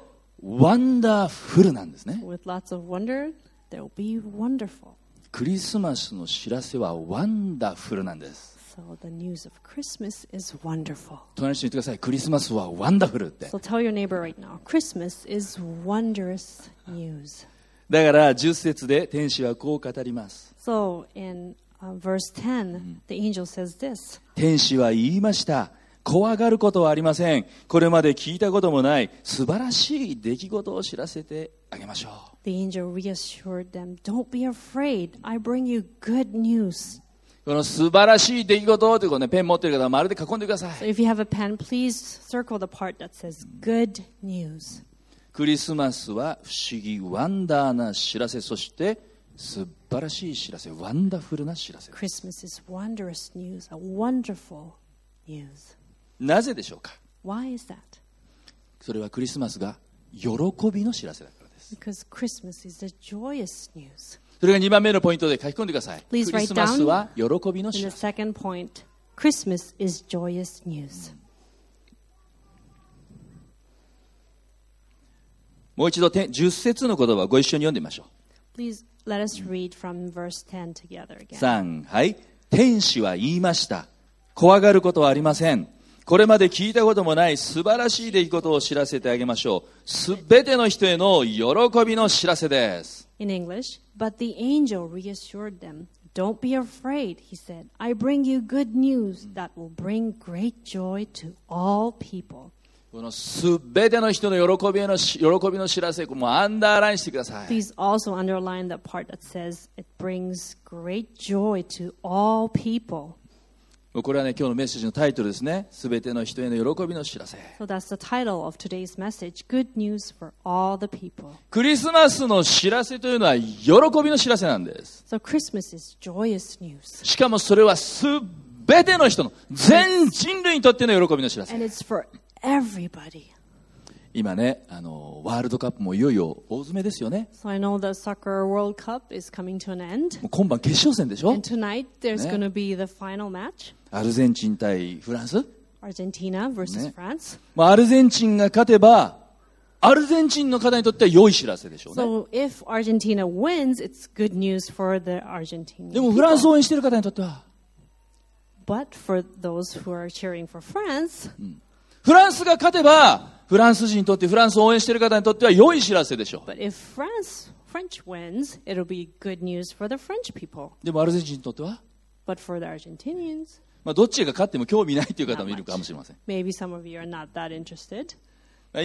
[SPEAKER 1] ワンダーフルなんですね
[SPEAKER 2] With lots of wonder, there will be wonderful.
[SPEAKER 1] クリスマスの知らせはワンダフルなんです
[SPEAKER 2] So the news of Christmas is wonderful.
[SPEAKER 1] 隣の人に言ってくださいクリスマスはワンダフルって
[SPEAKER 2] So tell your neighbor right now, Christmas is wondrous news.
[SPEAKER 1] だから10節で天使はこう語ります
[SPEAKER 2] So in uh, verse 10, the angel says this
[SPEAKER 1] 天使は言いました怖がることはありませんこれまで聞いたこともない素晴らしい出来事を知らせてあげましょ
[SPEAKER 2] The angel reassured them, Don't be afraid, I bring you good news.
[SPEAKER 1] うこの素晴らしい出来事ということでペン持ってる方はまるで囲んでくださ
[SPEAKER 2] So
[SPEAKER 1] い
[SPEAKER 2] if you have a pen, please circle the part that says good news.
[SPEAKER 1] クリスマスは不思議ワンダーな知らせそして素晴らしい知らせ、ワンダフルな知らせです
[SPEAKER 2] Christmas is wondrous news, a wonderful news.
[SPEAKER 1] なぜでしょうか
[SPEAKER 2] Why is that?
[SPEAKER 1] それはクリスマスが喜びの知らせだからです。
[SPEAKER 2] Because Christmas is the joyous news.
[SPEAKER 1] それが2番目のポイントで書き込んでください。クリ
[SPEAKER 2] Please write
[SPEAKER 1] スマスは喜びの
[SPEAKER 2] And
[SPEAKER 1] 知
[SPEAKER 2] the
[SPEAKER 1] らせ。
[SPEAKER 2] second point Christmas is joyous news.
[SPEAKER 1] もう一度て10節の言葉をご一緒に読んでみましょ
[SPEAKER 2] Please let us read from verse 10 together
[SPEAKER 1] う。
[SPEAKER 2] again.
[SPEAKER 1] 3、はい。天使は言いました。怖がることはありません。これまで聞いたこともない素晴らしい出来事を知らせてあげましょう。すべての人への喜びの知らせです。
[SPEAKER 2] In English, but the angel reassured them. Don't be afraid, he said. I bring you good news that will bring great joy to all people.
[SPEAKER 1] このすべての人の喜びへのし喜びの知らせ、これもうアンダーラインしてください。
[SPEAKER 2] Please also underline the part that says it brings great joy to all people.
[SPEAKER 1] もうこれはね、今日のメッセージのタイトルですね。すべての人への喜びの知らせ。
[SPEAKER 2] So that's the title of today's message Good News for All the People.
[SPEAKER 1] クリスマスの知らせというのは喜びの知らせなんです。
[SPEAKER 2] So Christmas is joyous news,
[SPEAKER 1] しかもそれはすべての人の、全人類にとっての喜びの知らせ。
[SPEAKER 2] and it's for everybody.
[SPEAKER 1] 今ね、あの、ワールドカップもいよいよ大詰めですよね。
[SPEAKER 2] So I know the Soccer World Cup is coming to an end.
[SPEAKER 1] もう今晩決勝戦でしょ
[SPEAKER 2] And tonight there's
[SPEAKER 1] Yeah.
[SPEAKER 2] going to be the final match
[SPEAKER 1] アルゼンチン対フランス
[SPEAKER 2] Argentina
[SPEAKER 1] Yeah.
[SPEAKER 2] versus France.
[SPEAKER 1] まあアルゼンチンが勝てば、アルゼンチンの方にとっては良い知らせでしょうね。
[SPEAKER 2] So if Argentina wins, it's good news for the
[SPEAKER 1] で
[SPEAKER 2] Argentinian.
[SPEAKER 1] もフランスを応援している方にとっては、
[SPEAKER 2] But for those who are cheering for France,
[SPEAKER 1] フランスが勝てば、フランス人にとって、フランスを応援している方にとっては良い知らせでしょ
[SPEAKER 2] but if France French wins, it'll be good news for the French people.
[SPEAKER 1] う。でもアルゼンチンにとっては、
[SPEAKER 2] But for the Argentinians,
[SPEAKER 1] まあ、どっちが勝っても興味ないという方もいるかもしれません。
[SPEAKER 2] maybe some of you are not that interested.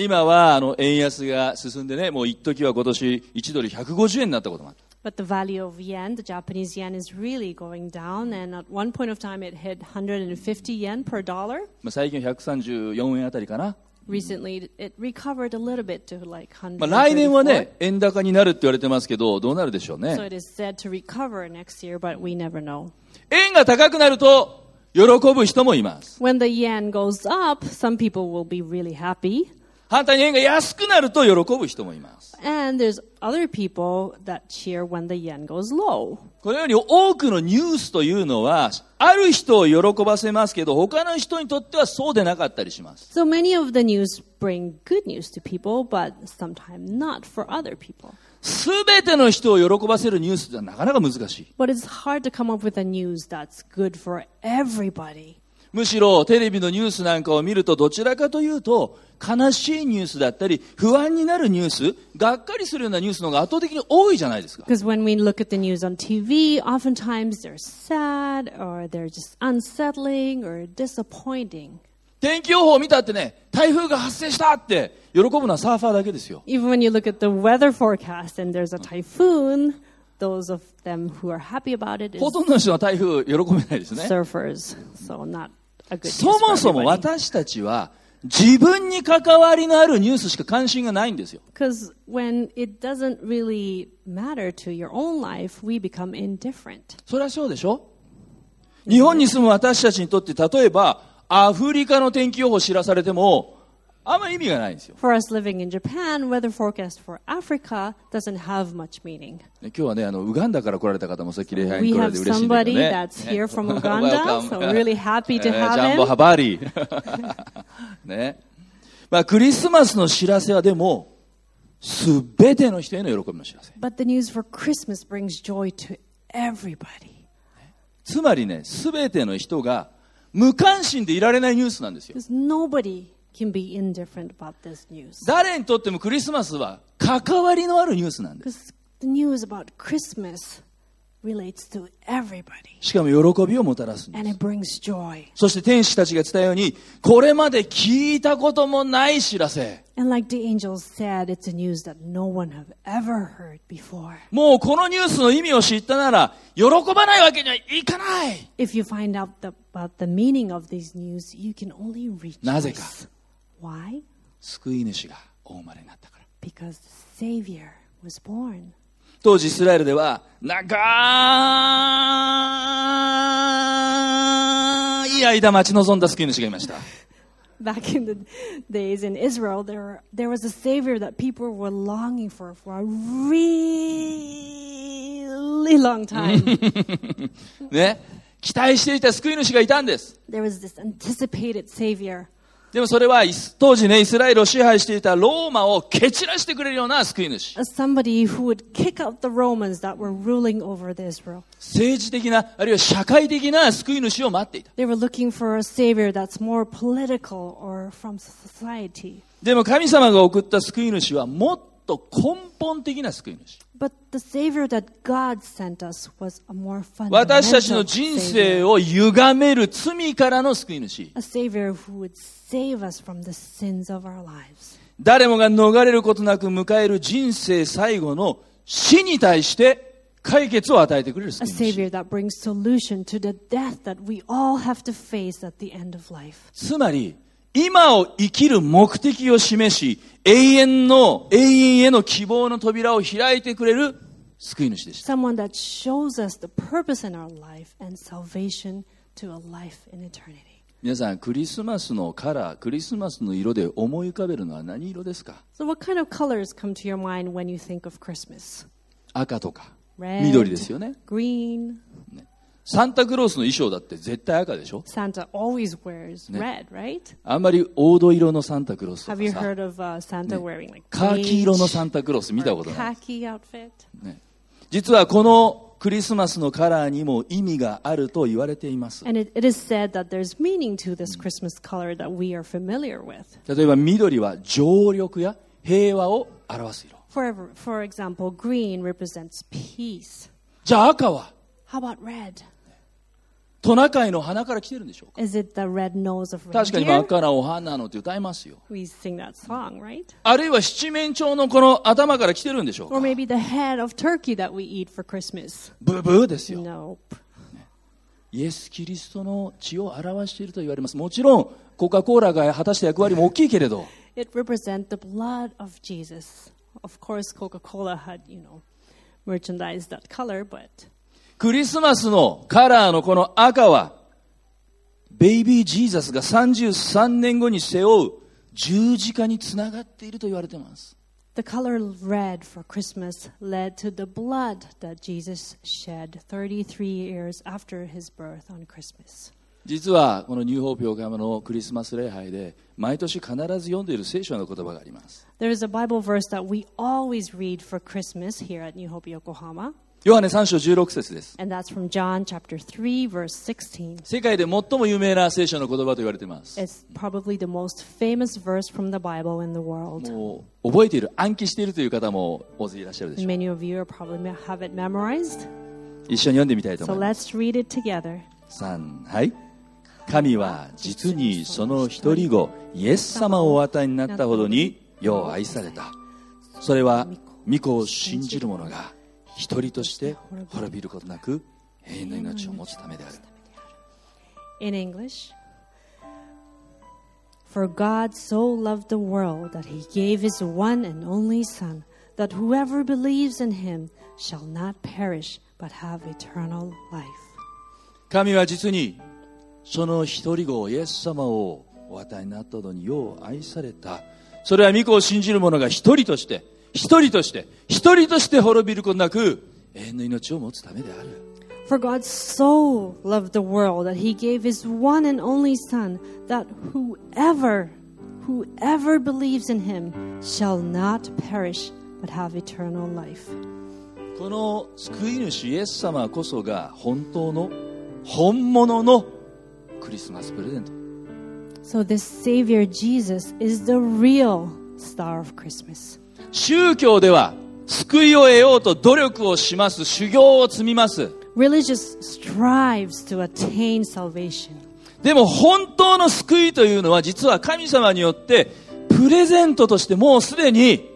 [SPEAKER 1] 今はあの円安が進んでね、もう一時は今年1ドル150円になったこともある。
[SPEAKER 2] But the value of yen, the Japanese yen, is really going down. And at one point of time, it hit 150 yen per dollar.
[SPEAKER 1] まあ、最近は134円あたりかな。
[SPEAKER 2] Recently, it- it recovered a little bit to like
[SPEAKER 1] まあ、来年は
[SPEAKER 2] 100.
[SPEAKER 1] ね、円高になるって言われてますけど、どうなるでしょう
[SPEAKER 2] So
[SPEAKER 1] ね。
[SPEAKER 2] it is said to recover next year, but we never know.
[SPEAKER 1] 円が高くなると、喜ぶ人もいます。
[SPEAKER 2] When the yen goes up, some people will be really happy.
[SPEAKER 1] 反対に円が安くなると喜ぶ人もいます。
[SPEAKER 2] And there's other people that cheer when the yen goes low.
[SPEAKER 1] このように多くのニュースというのは、ある人を喜ばせますけど、他の人にとってはそうでなかったりします。
[SPEAKER 2] So many of the news bring good news to people, but sometimes not for other people.
[SPEAKER 1] すべての人を喜ばせるニュースではなかなか難しい。
[SPEAKER 2] But it's hard to come up with a news that's good for everybody.
[SPEAKER 1] むしろテレビのニュースなんかを見るとどちらかというと悲しいニュースだったり不安になるニュースがっかりするようなニュースの方が圧倒的に多いじゃないですか
[SPEAKER 2] Because when we look at the news on TV, oftentimes they're sad or they're just unsettling or disappointing.
[SPEAKER 1] 天気予報を見たってね台風が発生したって喜ぶのはサーファーだけですよ
[SPEAKER 2] Even when you look at the weather forecast and there's a typhoon, those of them who are happy about it is
[SPEAKER 1] ほとんどの人は台風喜べないですね
[SPEAKER 2] surfers. So not a good
[SPEAKER 1] そも
[SPEAKER 2] news
[SPEAKER 1] そ
[SPEAKER 2] for
[SPEAKER 1] も
[SPEAKER 2] everybody.
[SPEAKER 1] 私たちは自分に関わりのあるニュースしか関心がないんですよ
[SPEAKER 2] Because when it doesn't really matter to your own life, we become indifferent.
[SPEAKER 1] それはそうでしょ日本に住む私たちにとって例えばアフリカの天気予報知らされてもあんまり意味がないんですよ
[SPEAKER 2] For us living in Japan, weather forecast for Africa doesn't have much meaning.
[SPEAKER 1] ね今日はねあのウガンダから来られた方もさっき礼拝に来
[SPEAKER 2] We
[SPEAKER 1] られ
[SPEAKER 2] have
[SPEAKER 1] て嬉しいんだけ
[SPEAKER 2] somebody
[SPEAKER 1] どね。
[SPEAKER 2] that's
[SPEAKER 1] ね
[SPEAKER 2] here from
[SPEAKER 1] *laughs* Welcome
[SPEAKER 2] Uganda, so really happy
[SPEAKER 1] えー
[SPEAKER 2] to have
[SPEAKER 1] ジャンボハ
[SPEAKER 2] him.
[SPEAKER 1] バーリー。 *laughs* ね。まあクリスマスの知らせはでもすべての人への喜びの知らせ。
[SPEAKER 2] But the news for Christmas brings joy to everybody.
[SPEAKER 1] つまりねすべての人が無関心でいられないニュースなんですよ。
[SPEAKER 2] Because nobody can be indifferent about this news.
[SPEAKER 1] 誰にとってもクリスマスは関わりのあるニュースなんです。
[SPEAKER 2] Because the news about Christmas relates to everybody,
[SPEAKER 1] しかも喜びをもたらすニュース
[SPEAKER 2] and it brings joy.
[SPEAKER 1] そして天使たちが伝えたようにこれまで聞いたこともない知らせ。
[SPEAKER 2] And like the angels said, it's a news that no one have ever heard before.
[SPEAKER 1] もうこのニュースの意味を知ったなら、喜ばないわけにはいかない
[SPEAKER 2] If you find out the, about the meaning of these news, you can only rejoice.
[SPEAKER 1] なぜか。
[SPEAKER 2] Why?
[SPEAKER 1] 救い主がお生まれになったから。
[SPEAKER 2] Because the Savior was born.
[SPEAKER 1] 当時イスラエルでは、長い間待ち望んだ救い主がいました。
[SPEAKER 2] *laughs* Back in the days in Israel, there, were- there was a Savior that people were longing for for a really long time.
[SPEAKER 1] ね。期待していた救い主がいたんです。
[SPEAKER 2] there was this anticipated Savior.
[SPEAKER 1] でもそれはイス、当時ね、イスラエルを支配していたローマを蹴散らしてくれるような救い主。
[SPEAKER 2] as somebody who would kick out the Romans that were ruling over the Israel.
[SPEAKER 1] 政治的な、あるいは社会的な救い主を待っていた。
[SPEAKER 2] They were looking for a savior that's more political or from society.
[SPEAKER 1] でも神様が送った救い主はもっと根本的な救い主。
[SPEAKER 2] But the savior that God sent us was a more
[SPEAKER 1] 私たちの
[SPEAKER 2] fundamental
[SPEAKER 1] 人生
[SPEAKER 2] savior.
[SPEAKER 1] を歪める罪からの救い主。
[SPEAKER 2] A savior who would save us from the sins of our lives.
[SPEAKER 1] 誰もが逃れることなく迎える人生最後の死に対して解決を与えてくれる救
[SPEAKER 2] A
[SPEAKER 1] い主。
[SPEAKER 2] savior that brings solution to the death that we all have to face at the end of life.
[SPEAKER 1] つまり、今を生きる目的を示し、永遠の、永遠への希望の扉を開いてくれる救い主でした。
[SPEAKER 2] Someone that shows us the purpose in our life and salvation to a life in eternity.
[SPEAKER 1] 皆さん、クリスマスのカラー、クリスマスの色で思い浮かべるのは何色ですか
[SPEAKER 2] So, what kind of colors come to your mind when you think of Christmas?
[SPEAKER 1] 赤とか、
[SPEAKER 2] Red
[SPEAKER 1] 緑ですよね。
[SPEAKER 2] Green.
[SPEAKER 1] サンタクロースの衣装だって絶対赤でしょ
[SPEAKER 2] Santa always wears red, right?
[SPEAKER 1] あんまり黄土色のサンタクロースと
[SPEAKER 2] Have
[SPEAKER 1] か
[SPEAKER 2] you
[SPEAKER 1] さ、
[SPEAKER 2] heard of uh, Santa wearing like
[SPEAKER 1] カーキ色のサン
[SPEAKER 2] beige
[SPEAKER 1] タクロース見たこと
[SPEAKER 2] or
[SPEAKER 1] ない。
[SPEAKER 2] khaki outfit?
[SPEAKER 1] ね実はこのクリスマスのカラーにも意味があると言われています。
[SPEAKER 2] *laughs* And it, it is said that there's meaning to this Christmas color that we are familiar with.
[SPEAKER 1] 例えば緑は常緑や平和を表す色。
[SPEAKER 2] For, for example, green represents peace.
[SPEAKER 1] じゃあ赤は
[SPEAKER 2] How about red?
[SPEAKER 1] トナカイの花から来てるんでしょうか
[SPEAKER 2] Is it the red nose of
[SPEAKER 1] 確かに真っ
[SPEAKER 2] reindeer?
[SPEAKER 1] 赤なお花のって歌いますよ。
[SPEAKER 2] We sing that song, right?
[SPEAKER 1] あるいは七面鳥のこの頭から来てるんでしょう
[SPEAKER 2] Or
[SPEAKER 1] か
[SPEAKER 2] maybe the head of turkey that we eat for Christmas.
[SPEAKER 1] ブブーですよ。
[SPEAKER 2] Nope.
[SPEAKER 1] イエス・キリストの血を表していると言われます。もちろん、コカ・コーラが果たした役割も大きいけれど、
[SPEAKER 2] It represents the blood of Jesus. Of course, Coca Cola had, you know, merchandised that color, but
[SPEAKER 1] クリスマスのカラーのこの赤は、ベイビー・ジーザスが33年後に背負う十字架につながっていると言われています。
[SPEAKER 2] the color red for Christmas led to the blood that Jesus shed 33 years after his birth on Christmas.
[SPEAKER 1] 実は、このニューホープ横浜のクリスマス礼拝で、毎年必ず読んでいる聖書の言葉があります。
[SPEAKER 2] There is a Bible verse that we always read for Christmas here at New Hope Yokohama,
[SPEAKER 1] ヨハネ3章16節です。
[SPEAKER 2] and that's from John chapter 3 verse 16.
[SPEAKER 1] 世界で最も有名な聖書の言葉と言われています。
[SPEAKER 2] It's probably the most famous verse from the Bible in the world.
[SPEAKER 1] もう覚えている、暗記しているという方も大勢いらっしゃるでしょう。
[SPEAKER 2] Many of you are probably me- have it memorized.
[SPEAKER 1] 一緒に読んでみたいと
[SPEAKER 2] So
[SPEAKER 1] 思います。
[SPEAKER 2] let's read it together.
[SPEAKER 1] 三はい。神は実にその一人子、イエス様をお与えになったほどに、よう愛された。それは、御子を信じる者が、一人として滅びることなく、永遠の命を持つためである。
[SPEAKER 2] In English. For God so loved the world that he gave his one and only Son, that whoever believes in him shall not perish but have eternal life.
[SPEAKER 1] 神は実に、その一人子、イエス様をお与えになったほどに、よう愛された。それは御子を信じる者が一人として、一人として、一人として滅びることなく、永遠の命を持つためである。
[SPEAKER 2] For God so loved the world that he gave his one and only Son, that whoever, whoever believes in him shall not perish but have eternal life.
[SPEAKER 1] この救い主イエス様こそが本当の本物のクリスマスプレゼント
[SPEAKER 2] So, this Savior Jesus is the real star of Christmas.
[SPEAKER 1] 宗教では救いを得ようと努力をします修行を積みます
[SPEAKER 2] Religious strives to attain salvation,
[SPEAKER 1] でも本当の救いというのは実は神様によってプレゼントとしてもうすでに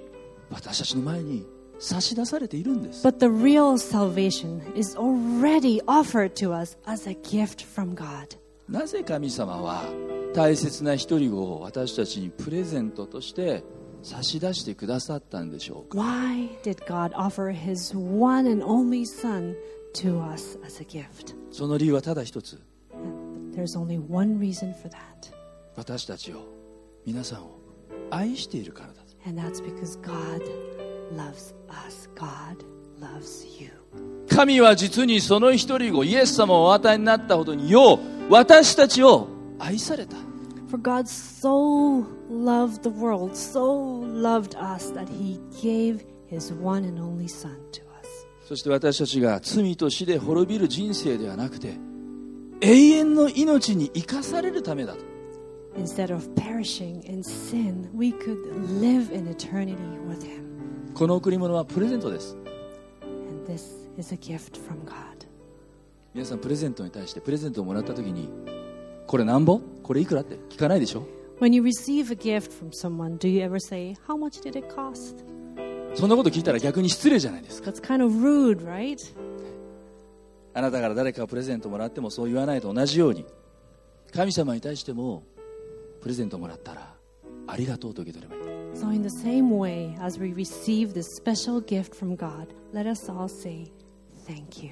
[SPEAKER 1] 私たちの前に差し出されているんです
[SPEAKER 2] but the real salvation is already offered to us as a gift from God.
[SPEAKER 1] なぜ神様は大切な一人子を私たちにプレゼントとして差し出してくださったんでしょうか
[SPEAKER 2] Why did God offer His one and only Son to us as a gift?
[SPEAKER 1] その理由はただ一つ
[SPEAKER 2] And there's only one reason for that,
[SPEAKER 1] 私たちを皆さんを愛しているからだ
[SPEAKER 2] and that's because God loves us. God loves you.
[SPEAKER 1] 神は実にその一人子イエス様をお与えになったほどによう私たちを愛された
[SPEAKER 2] For God so loved the world, so loved us, that He gave His one and only Son to us.
[SPEAKER 1] そして私たちが罪と死で滅びる人生ではなくて永遠の命に生かされるためだと
[SPEAKER 2] Instead of perishing in sin, we could live in eternity with Him.
[SPEAKER 1] この贈り物はプレゼントです
[SPEAKER 2] And this is a gift from God.
[SPEAKER 1] 皆さんプレゼントに対してプレゼントをもらった時にこれなんぼこれいくらって聞かないでしょ
[SPEAKER 2] When you receive a gift from someone, do you ever say, How much did it cost?
[SPEAKER 1] そんなこと聞いたら逆に失礼じゃないですか
[SPEAKER 2] That's kind of rude, right?
[SPEAKER 1] あなたから誰かがプレゼントもらってもそう言わないと同じように神様に対してもプレゼントもらったらありがとうと受け取ればいい
[SPEAKER 2] So, in the same way as we receive this special gift from God, let us all say, Thank you.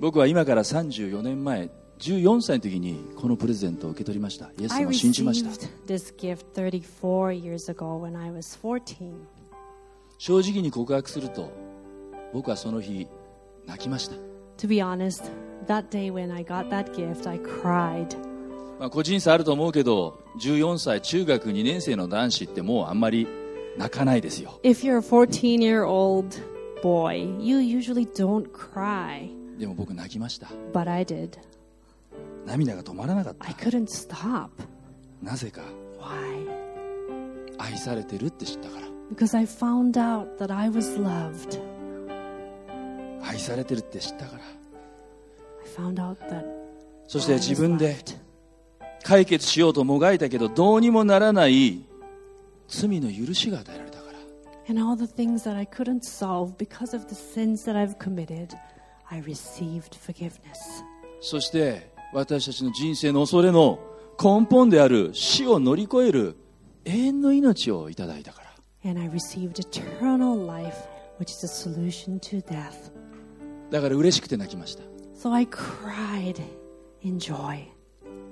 [SPEAKER 1] 僕は今から34年前14歳の時にこのプレゼントを受け取りましたイエス
[SPEAKER 2] I
[SPEAKER 1] 様を信じました
[SPEAKER 2] received this gift 34 years ago when I was 14.
[SPEAKER 1] 正直に告白すると僕はその日泣きました、
[SPEAKER 2] To be honest, that day when I got that gift, I cried.
[SPEAKER 1] まあ、個人差あると思うけど14歳中学2年生の男子ってもうあんまり泣かないですよ
[SPEAKER 2] If you're a 14 year old boy, you usually don't cry,
[SPEAKER 1] でも僕泣きました
[SPEAKER 2] but I did.
[SPEAKER 1] 涙が止まらなかった
[SPEAKER 2] I couldn't stop.
[SPEAKER 1] なぜか
[SPEAKER 2] Why?
[SPEAKER 1] 愛されてるって知ったから
[SPEAKER 2] Because I found out that I was loved.
[SPEAKER 1] 愛されてるって知ったから
[SPEAKER 2] I found out that
[SPEAKER 1] そし
[SPEAKER 2] I
[SPEAKER 1] て
[SPEAKER 2] was
[SPEAKER 1] 自分で
[SPEAKER 2] loved.
[SPEAKER 1] 解決しようともがいたけどどうにもならない罪の許しが与えられたから
[SPEAKER 2] And all the things that I couldn't solve because of the sins that I've committed, I received forgiveness.
[SPEAKER 1] そして私たちの人生の恐れの根本である死を乗り越える永遠の命をいただいたから
[SPEAKER 2] And I received eternal life, which is a solution to death.
[SPEAKER 1] だから嬉しくて泣きました
[SPEAKER 2] So I cried in joy.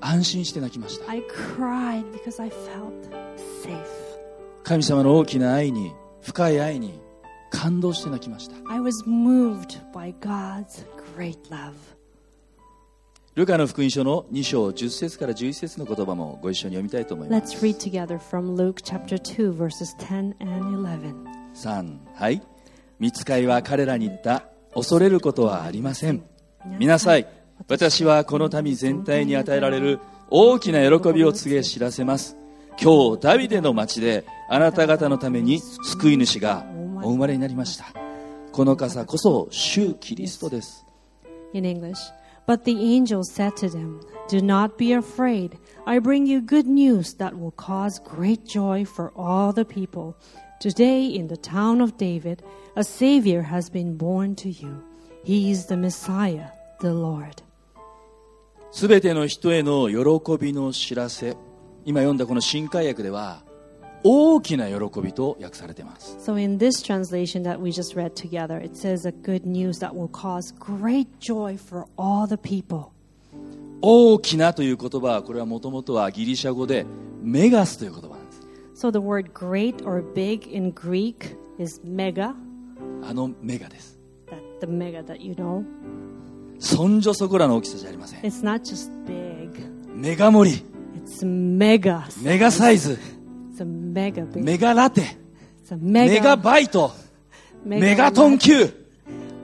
[SPEAKER 1] 安心して泣きました
[SPEAKER 2] I cried because I felt safe.
[SPEAKER 1] 神様の大きな愛に深い愛に感動して泣きました
[SPEAKER 2] I was moved by God's great love.
[SPEAKER 1] ルカの福音書の2章10節から11節の言葉もご一緒に読みたいと思います
[SPEAKER 2] Let's read together from Luke chapter 2, verses 10 and 11.
[SPEAKER 1] 3はい見つかいは彼らに言った恐れることはありません見なさい私はこの民全体に与えられる大きな喜びを告げ知らせます今日ダビデの町であなた方のために救い主がお生まれになりましたこの傘こそ主キリストです
[SPEAKER 2] in English. But the angel said to them, Do not be afraid. I bring you good news that will cause great joy for all the people. Today, in the town of David, a Savior has been born to you. He is the Messiah, the Lord.
[SPEAKER 1] すべての人への喜びの知らせ今読んだこの新海訳では大きな喜びと訳されています
[SPEAKER 2] So, in this translation that we just read together, it says a good news that will cause great joy for all the people.
[SPEAKER 1] 大きなという言葉はこれはもともとはギリシャ語でメガスという言葉なんです
[SPEAKER 2] So, the word great or big in Greek is mega,
[SPEAKER 1] あのメガです
[SPEAKER 2] that the mega that you know.
[SPEAKER 1] そんじょそこらの大きさじゃありません
[SPEAKER 2] It's not just big.
[SPEAKER 1] メガ盛り
[SPEAKER 2] It's mega.
[SPEAKER 1] メガサイズ
[SPEAKER 2] It's a mega big.
[SPEAKER 1] メガラテ
[SPEAKER 2] It's a
[SPEAKER 1] メガ
[SPEAKER 2] mega.
[SPEAKER 1] バイトメガトン級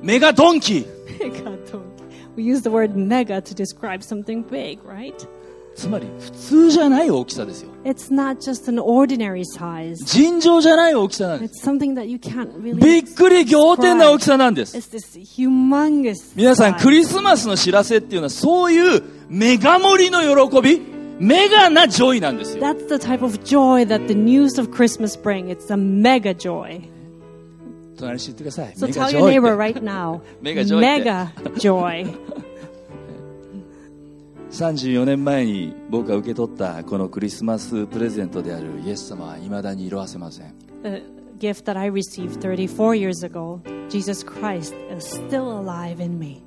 [SPEAKER 1] メガドンキ
[SPEAKER 2] *laughs* Megaton. We use the word mega to describe something big, right?
[SPEAKER 1] つまり普通じゃない大きさですよ
[SPEAKER 2] It's not just an ordinary size.
[SPEAKER 1] 尋常じゃない大きさなんです
[SPEAKER 2] It's something that you can't really.
[SPEAKER 1] びっくり仰天な大きさなんです
[SPEAKER 2] It's this humongous.
[SPEAKER 1] 皆さん
[SPEAKER 2] size.
[SPEAKER 1] クリスマスの知らせっていうのはそういうメガ盛りの喜びメガなジョイなんですよ
[SPEAKER 2] That's the type of joy that the news of Christmas bring. It's a mega joy.
[SPEAKER 1] 隣に言ってください
[SPEAKER 2] So
[SPEAKER 1] メ
[SPEAKER 2] tell
[SPEAKER 1] ガジョ
[SPEAKER 2] your
[SPEAKER 1] イって
[SPEAKER 2] neighbor right now.
[SPEAKER 1] Mega joy.
[SPEAKER 2] Mega joy.
[SPEAKER 1] 34年前に僕が受け取ったこのクリスマスプレゼントであるイエス様はいまだに色あせません
[SPEAKER 2] The gift that I received 34 years ago, Jesus Christ, is still alive in me.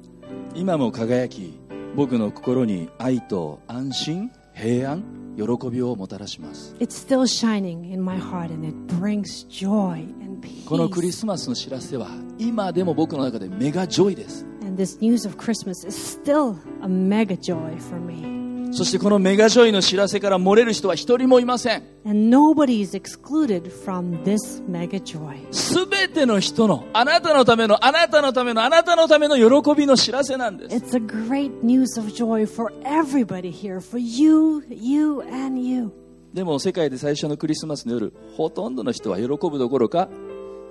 [SPEAKER 1] 今も輝き僕の心に愛と安心平安喜びをもたらします
[SPEAKER 2] It's still shining in my heart and it brings joy and
[SPEAKER 1] このクリ
[SPEAKER 2] peace.
[SPEAKER 1] スマスの知らせは今でも僕の中でメガジョイです
[SPEAKER 2] And this news of Christmas is still a mega joy for me.
[SPEAKER 1] そしてこのメガジョイの知らせから漏れる人は一人もいません
[SPEAKER 2] And nobody is excluded from this mega joy.
[SPEAKER 1] すべての人のあなたのためのあなたのためのあなたのための喜びの知らせなんです
[SPEAKER 2] It's a great news of joy for everybody here, for you, you, and you.
[SPEAKER 1] でも世界で最初のクリスマスの夜ほとんどの人は喜ぶどころか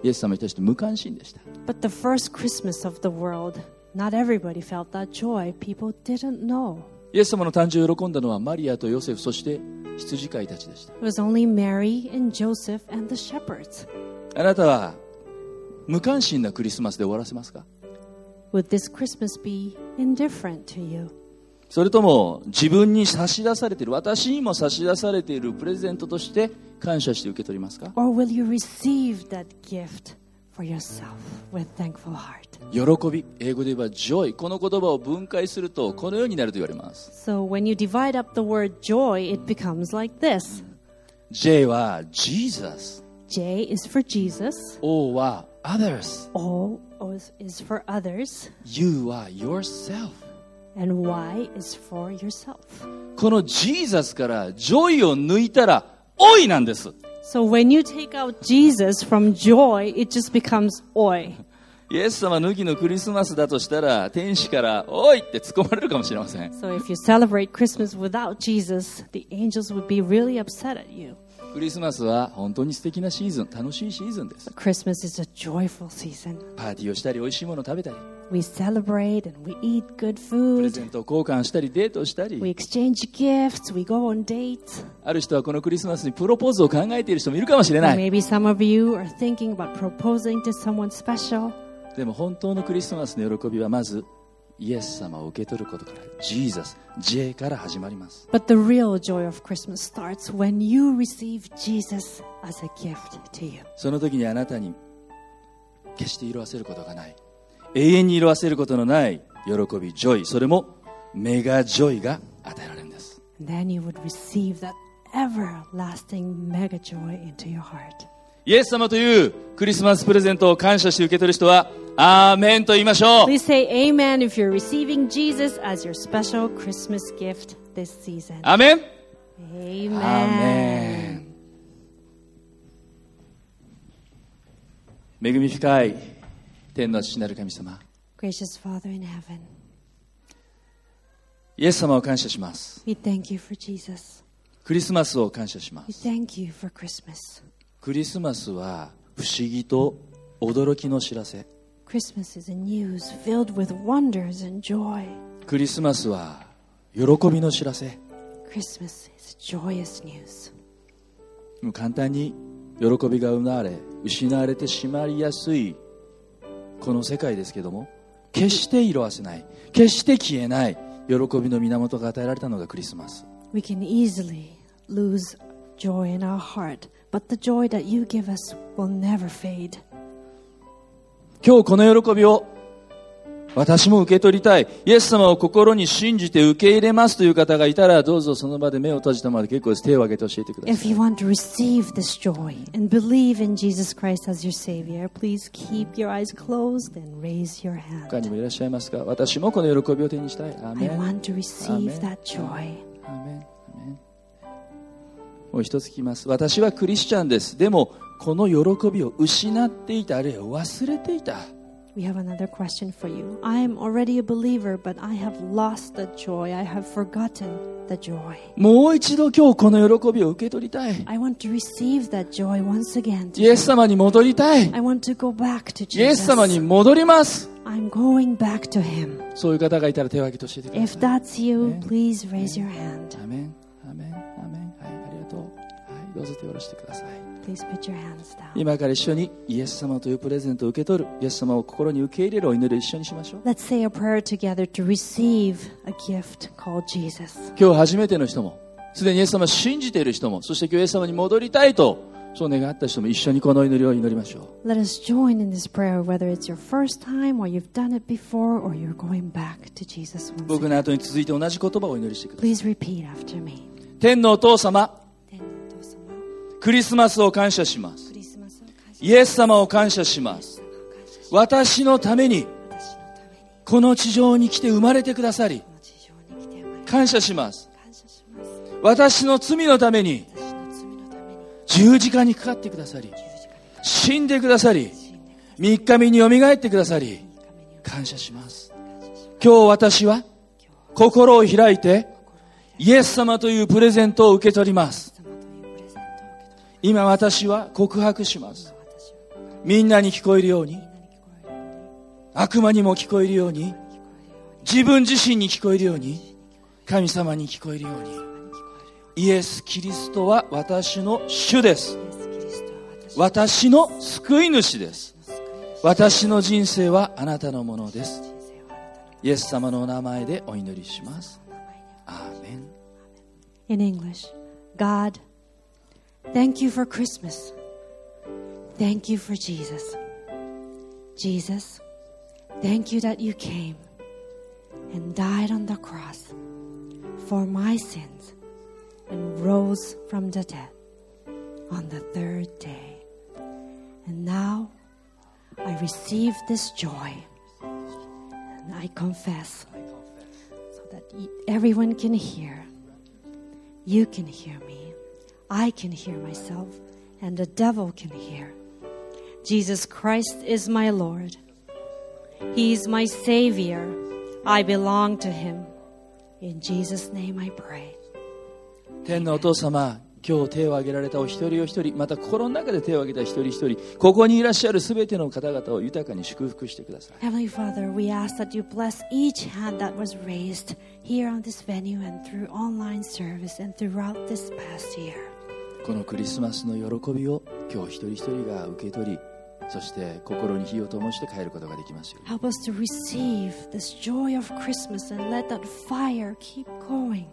[SPEAKER 1] イエス様に対して無関心でした
[SPEAKER 2] But the first Christmas of the world, not everybody felt that joy. People didn't know.
[SPEAKER 1] イエス様の誕生を喜んだのはマリアとヨセフそして羊飼いたちでした
[SPEAKER 2] It was only Mary and Joseph and the shepherds.
[SPEAKER 1] あなたは無関心なクリスマスで終わらせますか
[SPEAKER 2] Would this Christmas be indifferent to you?
[SPEAKER 1] それとも自分に差し出されている私にも差し出されているプレゼントとして感謝して受け取りますか
[SPEAKER 2] Or will you receive that gift for yourself with thankful heart?
[SPEAKER 1] 喜び英語で言えば joy この言葉を分解するとこのようになると言われます
[SPEAKER 2] So when you divide up the word joy, it becomes like this
[SPEAKER 1] J は Jesus
[SPEAKER 2] J is for Jesus,
[SPEAKER 1] O は others
[SPEAKER 2] O is- is for others,
[SPEAKER 1] U は yourself
[SPEAKER 2] and Y is for yourself.
[SPEAKER 1] この Jesus から joy を抜いたら Oi なんです
[SPEAKER 2] So when you take out Jesus from joy, it just becomes oi.
[SPEAKER 1] イエス様抜きのクリスマスだとしたら天使から「おい!」って突っ込まれるかもしれません
[SPEAKER 2] So if you celebrate Christmas without Jesus, the angels would be really upset at you.
[SPEAKER 1] クリスマスは本当に素敵なシーズン楽しいシーズンです
[SPEAKER 2] Christmas is a joyful season.
[SPEAKER 1] パーティーをしたり美味しいものを食べたり
[SPEAKER 2] We celebrate and we eat good
[SPEAKER 1] プレ
[SPEAKER 2] food.
[SPEAKER 1] ゼントを交換したりデートをした
[SPEAKER 2] We
[SPEAKER 1] り
[SPEAKER 2] exchange gifts. We go on dates.
[SPEAKER 1] ある人はこのクリスマスにプロポーズを考えている人もいるかもしれな
[SPEAKER 2] Or
[SPEAKER 1] い
[SPEAKER 2] maybe some of you are thinking about proposing to someone special.
[SPEAKER 1] でも本当のクリスマスの喜びはまずイエス様を受け取ることから Jesus J から始まります
[SPEAKER 2] But the real joy of Christmas starts when you receive Jesus as a gift to you.
[SPEAKER 1] その時にあなたに決して色あせることがない永遠に色あせることのない喜びジョイそれもメガジョイが与えられるんです
[SPEAKER 2] And then you would receive that everlasting mega joy into your heart.
[SPEAKER 1] イエス様というクリスマスプレゼントを感謝して受け取る人はアーメンと言いましょう
[SPEAKER 2] Please say amen if you're receiving Jesus as your special Christmas gift this season.
[SPEAKER 1] アーメン
[SPEAKER 2] Amen.
[SPEAKER 1] アーメン恵み深い天の父なる神様
[SPEAKER 2] Gracious Father in heaven,
[SPEAKER 1] イエス様を感謝します
[SPEAKER 2] we thank you for Jesus.
[SPEAKER 1] クリスマスを感謝しま
[SPEAKER 2] We
[SPEAKER 1] す
[SPEAKER 2] thank you for Christmas.
[SPEAKER 1] クリスマスは不思議と驚きの知らせ
[SPEAKER 2] Christmas is a news filled with wonders and joy.
[SPEAKER 1] クリスマスは喜びの知らせ
[SPEAKER 2] Christmas is joyous news.
[SPEAKER 1] もう簡単に喜びが奪われ失われてしまいやすいこの世界ですけども決して色あせない決して消えない喜びの源が与えられたのがクリスマス
[SPEAKER 2] We can easily lose joy in our heart, but the joy that you give us will never fade.
[SPEAKER 1] 今日この喜びを私も受け取りたいイエス様を心に信じて受け入れますという方がいたらどうぞその場で目を閉じたままで結構です手を挙げて教えてくだ
[SPEAKER 2] If
[SPEAKER 1] さい
[SPEAKER 2] you want to receive this joy and believe in Jesus Christ as your Savior, please keep your eyes closed and raise your
[SPEAKER 1] 他に
[SPEAKER 2] hand.
[SPEAKER 1] もいらっしゃいますか私もこの喜びを手にしたいアー
[SPEAKER 2] I
[SPEAKER 1] メン
[SPEAKER 2] want to receive
[SPEAKER 1] Amen.
[SPEAKER 2] that joy.
[SPEAKER 1] アーメンアーメンもう一つ聞きます私はクリスチャンですでもこの喜びを失っていたあるいは忘れていた
[SPEAKER 2] We have another question for you. I am already a believer, but I have lost the joy. I have forgotten the joy.
[SPEAKER 1] もう一度今日この喜びを受け取りたい
[SPEAKER 2] I want to receive that joy once again.
[SPEAKER 1] イエス様に戻りたい
[SPEAKER 2] I want to go back to
[SPEAKER 1] イエス様に
[SPEAKER 2] Jesus.
[SPEAKER 1] 戻ります
[SPEAKER 2] I'm going back to Him.
[SPEAKER 1] そういう方がいたら手を挙げて教えてくだ
[SPEAKER 2] If
[SPEAKER 1] さい
[SPEAKER 2] that's you, please raise your hand.
[SPEAKER 1] アーメンアーメンアーメンはいありがとうはいどうぞ手を下ろしてください
[SPEAKER 2] Please put your hands down.
[SPEAKER 1] 今から一緒にイエス様というプレゼントを受け取るイエス様を心に受け入れるお祈りを一緒にしましょう
[SPEAKER 2] Let's say a prayer together to receive a gift called Jesus.
[SPEAKER 1] 今日初めての人もすでにイエス様を信じている人もそして今日イエス様に戻りたいとそう願った人も一緒にこの祈りを祈りましょう
[SPEAKER 2] Let us join in this prayer, whether it's your first time or you've done it before or you're going back to Jesus once
[SPEAKER 1] 僕
[SPEAKER 2] again.
[SPEAKER 1] の後に続いて同じ言葉をお祈りしてくださ
[SPEAKER 2] Please repeat after me.
[SPEAKER 1] い天のお父様クリスマスを感謝しますイエス様を感謝します私のためにこの地上に来て生まれてくださり感謝します私の罪のために十字架にかかってくださり死んでくださり三日目によみがえってくださり感謝します今日私は心を開いてイエス様というプレゼントを受け取ります今私は告白しますみんなに聞こえるように悪魔にも聞こえるように自分自身に聞こえるように神様に聞こえるようにイエス・キリストは私の主です私の救い主です私の人生はあなたのものですイエス様のお名前でお祈りしますアーメン
[SPEAKER 2] In English, God, thank you for Christmas. Thank you for Jesus. Jesus, thank you that you came and died on the cross for my sins and rose from the dead on the third day. And now I receive this joy and I confess so that e- everyone can hear. You can hear me. I can hear myself, and the devil can hear. Jesus Christ is my Lord. He is my Savior. I belong to Him. In Jesus' name I pray.
[SPEAKER 1] 天のお父様今日手を挙げられたお一人お一人また心の中で手を挙げた一人一人ここにいらっしゃる全ての方々を豊かに祝福してください
[SPEAKER 2] Heavenly Father, we ask that you bless each hand that was raised here on this venue and through online service and throughout this past year.
[SPEAKER 1] このクリスマスの喜びを今日一人一人が受け取りそして心に火を灯して帰ることができますように
[SPEAKER 2] Help us to receive this joy of Christmas and let that fire keep going.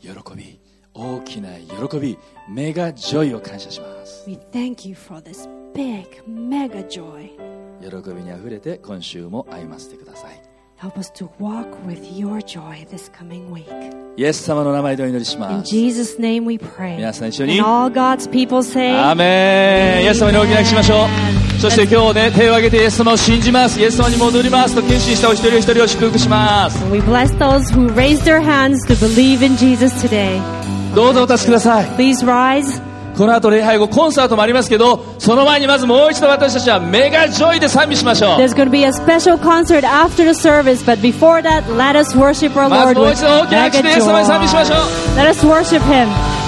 [SPEAKER 1] 喜び大きな喜びメガジョイを感謝します
[SPEAKER 2] We thank you for this big, mega joy.
[SPEAKER 1] 喜びにあふれて今週も歩ませてください
[SPEAKER 2] Help us to walk with your joy this coming week.
[SPEAKER 1] イエス様の名前でお祈りし
[SPEAKER 2] In
[SPEAKER 1] ます
[SPEAKER 2] Jesus' name we pray.
[SPEAKER 1] 皆さん一緒に。
[SPEAKER 2] And all God's people say,
[SPEAKER 1] アーメンイエス様に大きなしましょうそして今日ね手を挙げてイエス様を信じますイエス様に戻りますと決心したお一人お一人を祝福します
[SPEAKER 2] And we bless those who raise their hands to believe in Jesus today.
[SPEAKER 1] どうぞお立ちください
[SPEAKER 2] Please rise.
[SPEAKER 1] この後礼拝後コンサートもありますけどその前にまずもう一度私たちはメガジョイで賛美しましょう
[SPEAKER 2] There's going to be a special concert after the service, but before that, let us worship our
[SPEAKER 1] まず
[SPEAKER 2] Lord
[SPEAKER 1] もう
[SPEAKER 2] with
[SPEAKER 1] 一度大きな
[SPEAKER 2] mega
[SPEAKER 1] 拍手
[SPEAKER 2] joy.
[SPEAKER 1] でイエス様に賛美しましょう
[SPEAKER 2] Let us worship Him.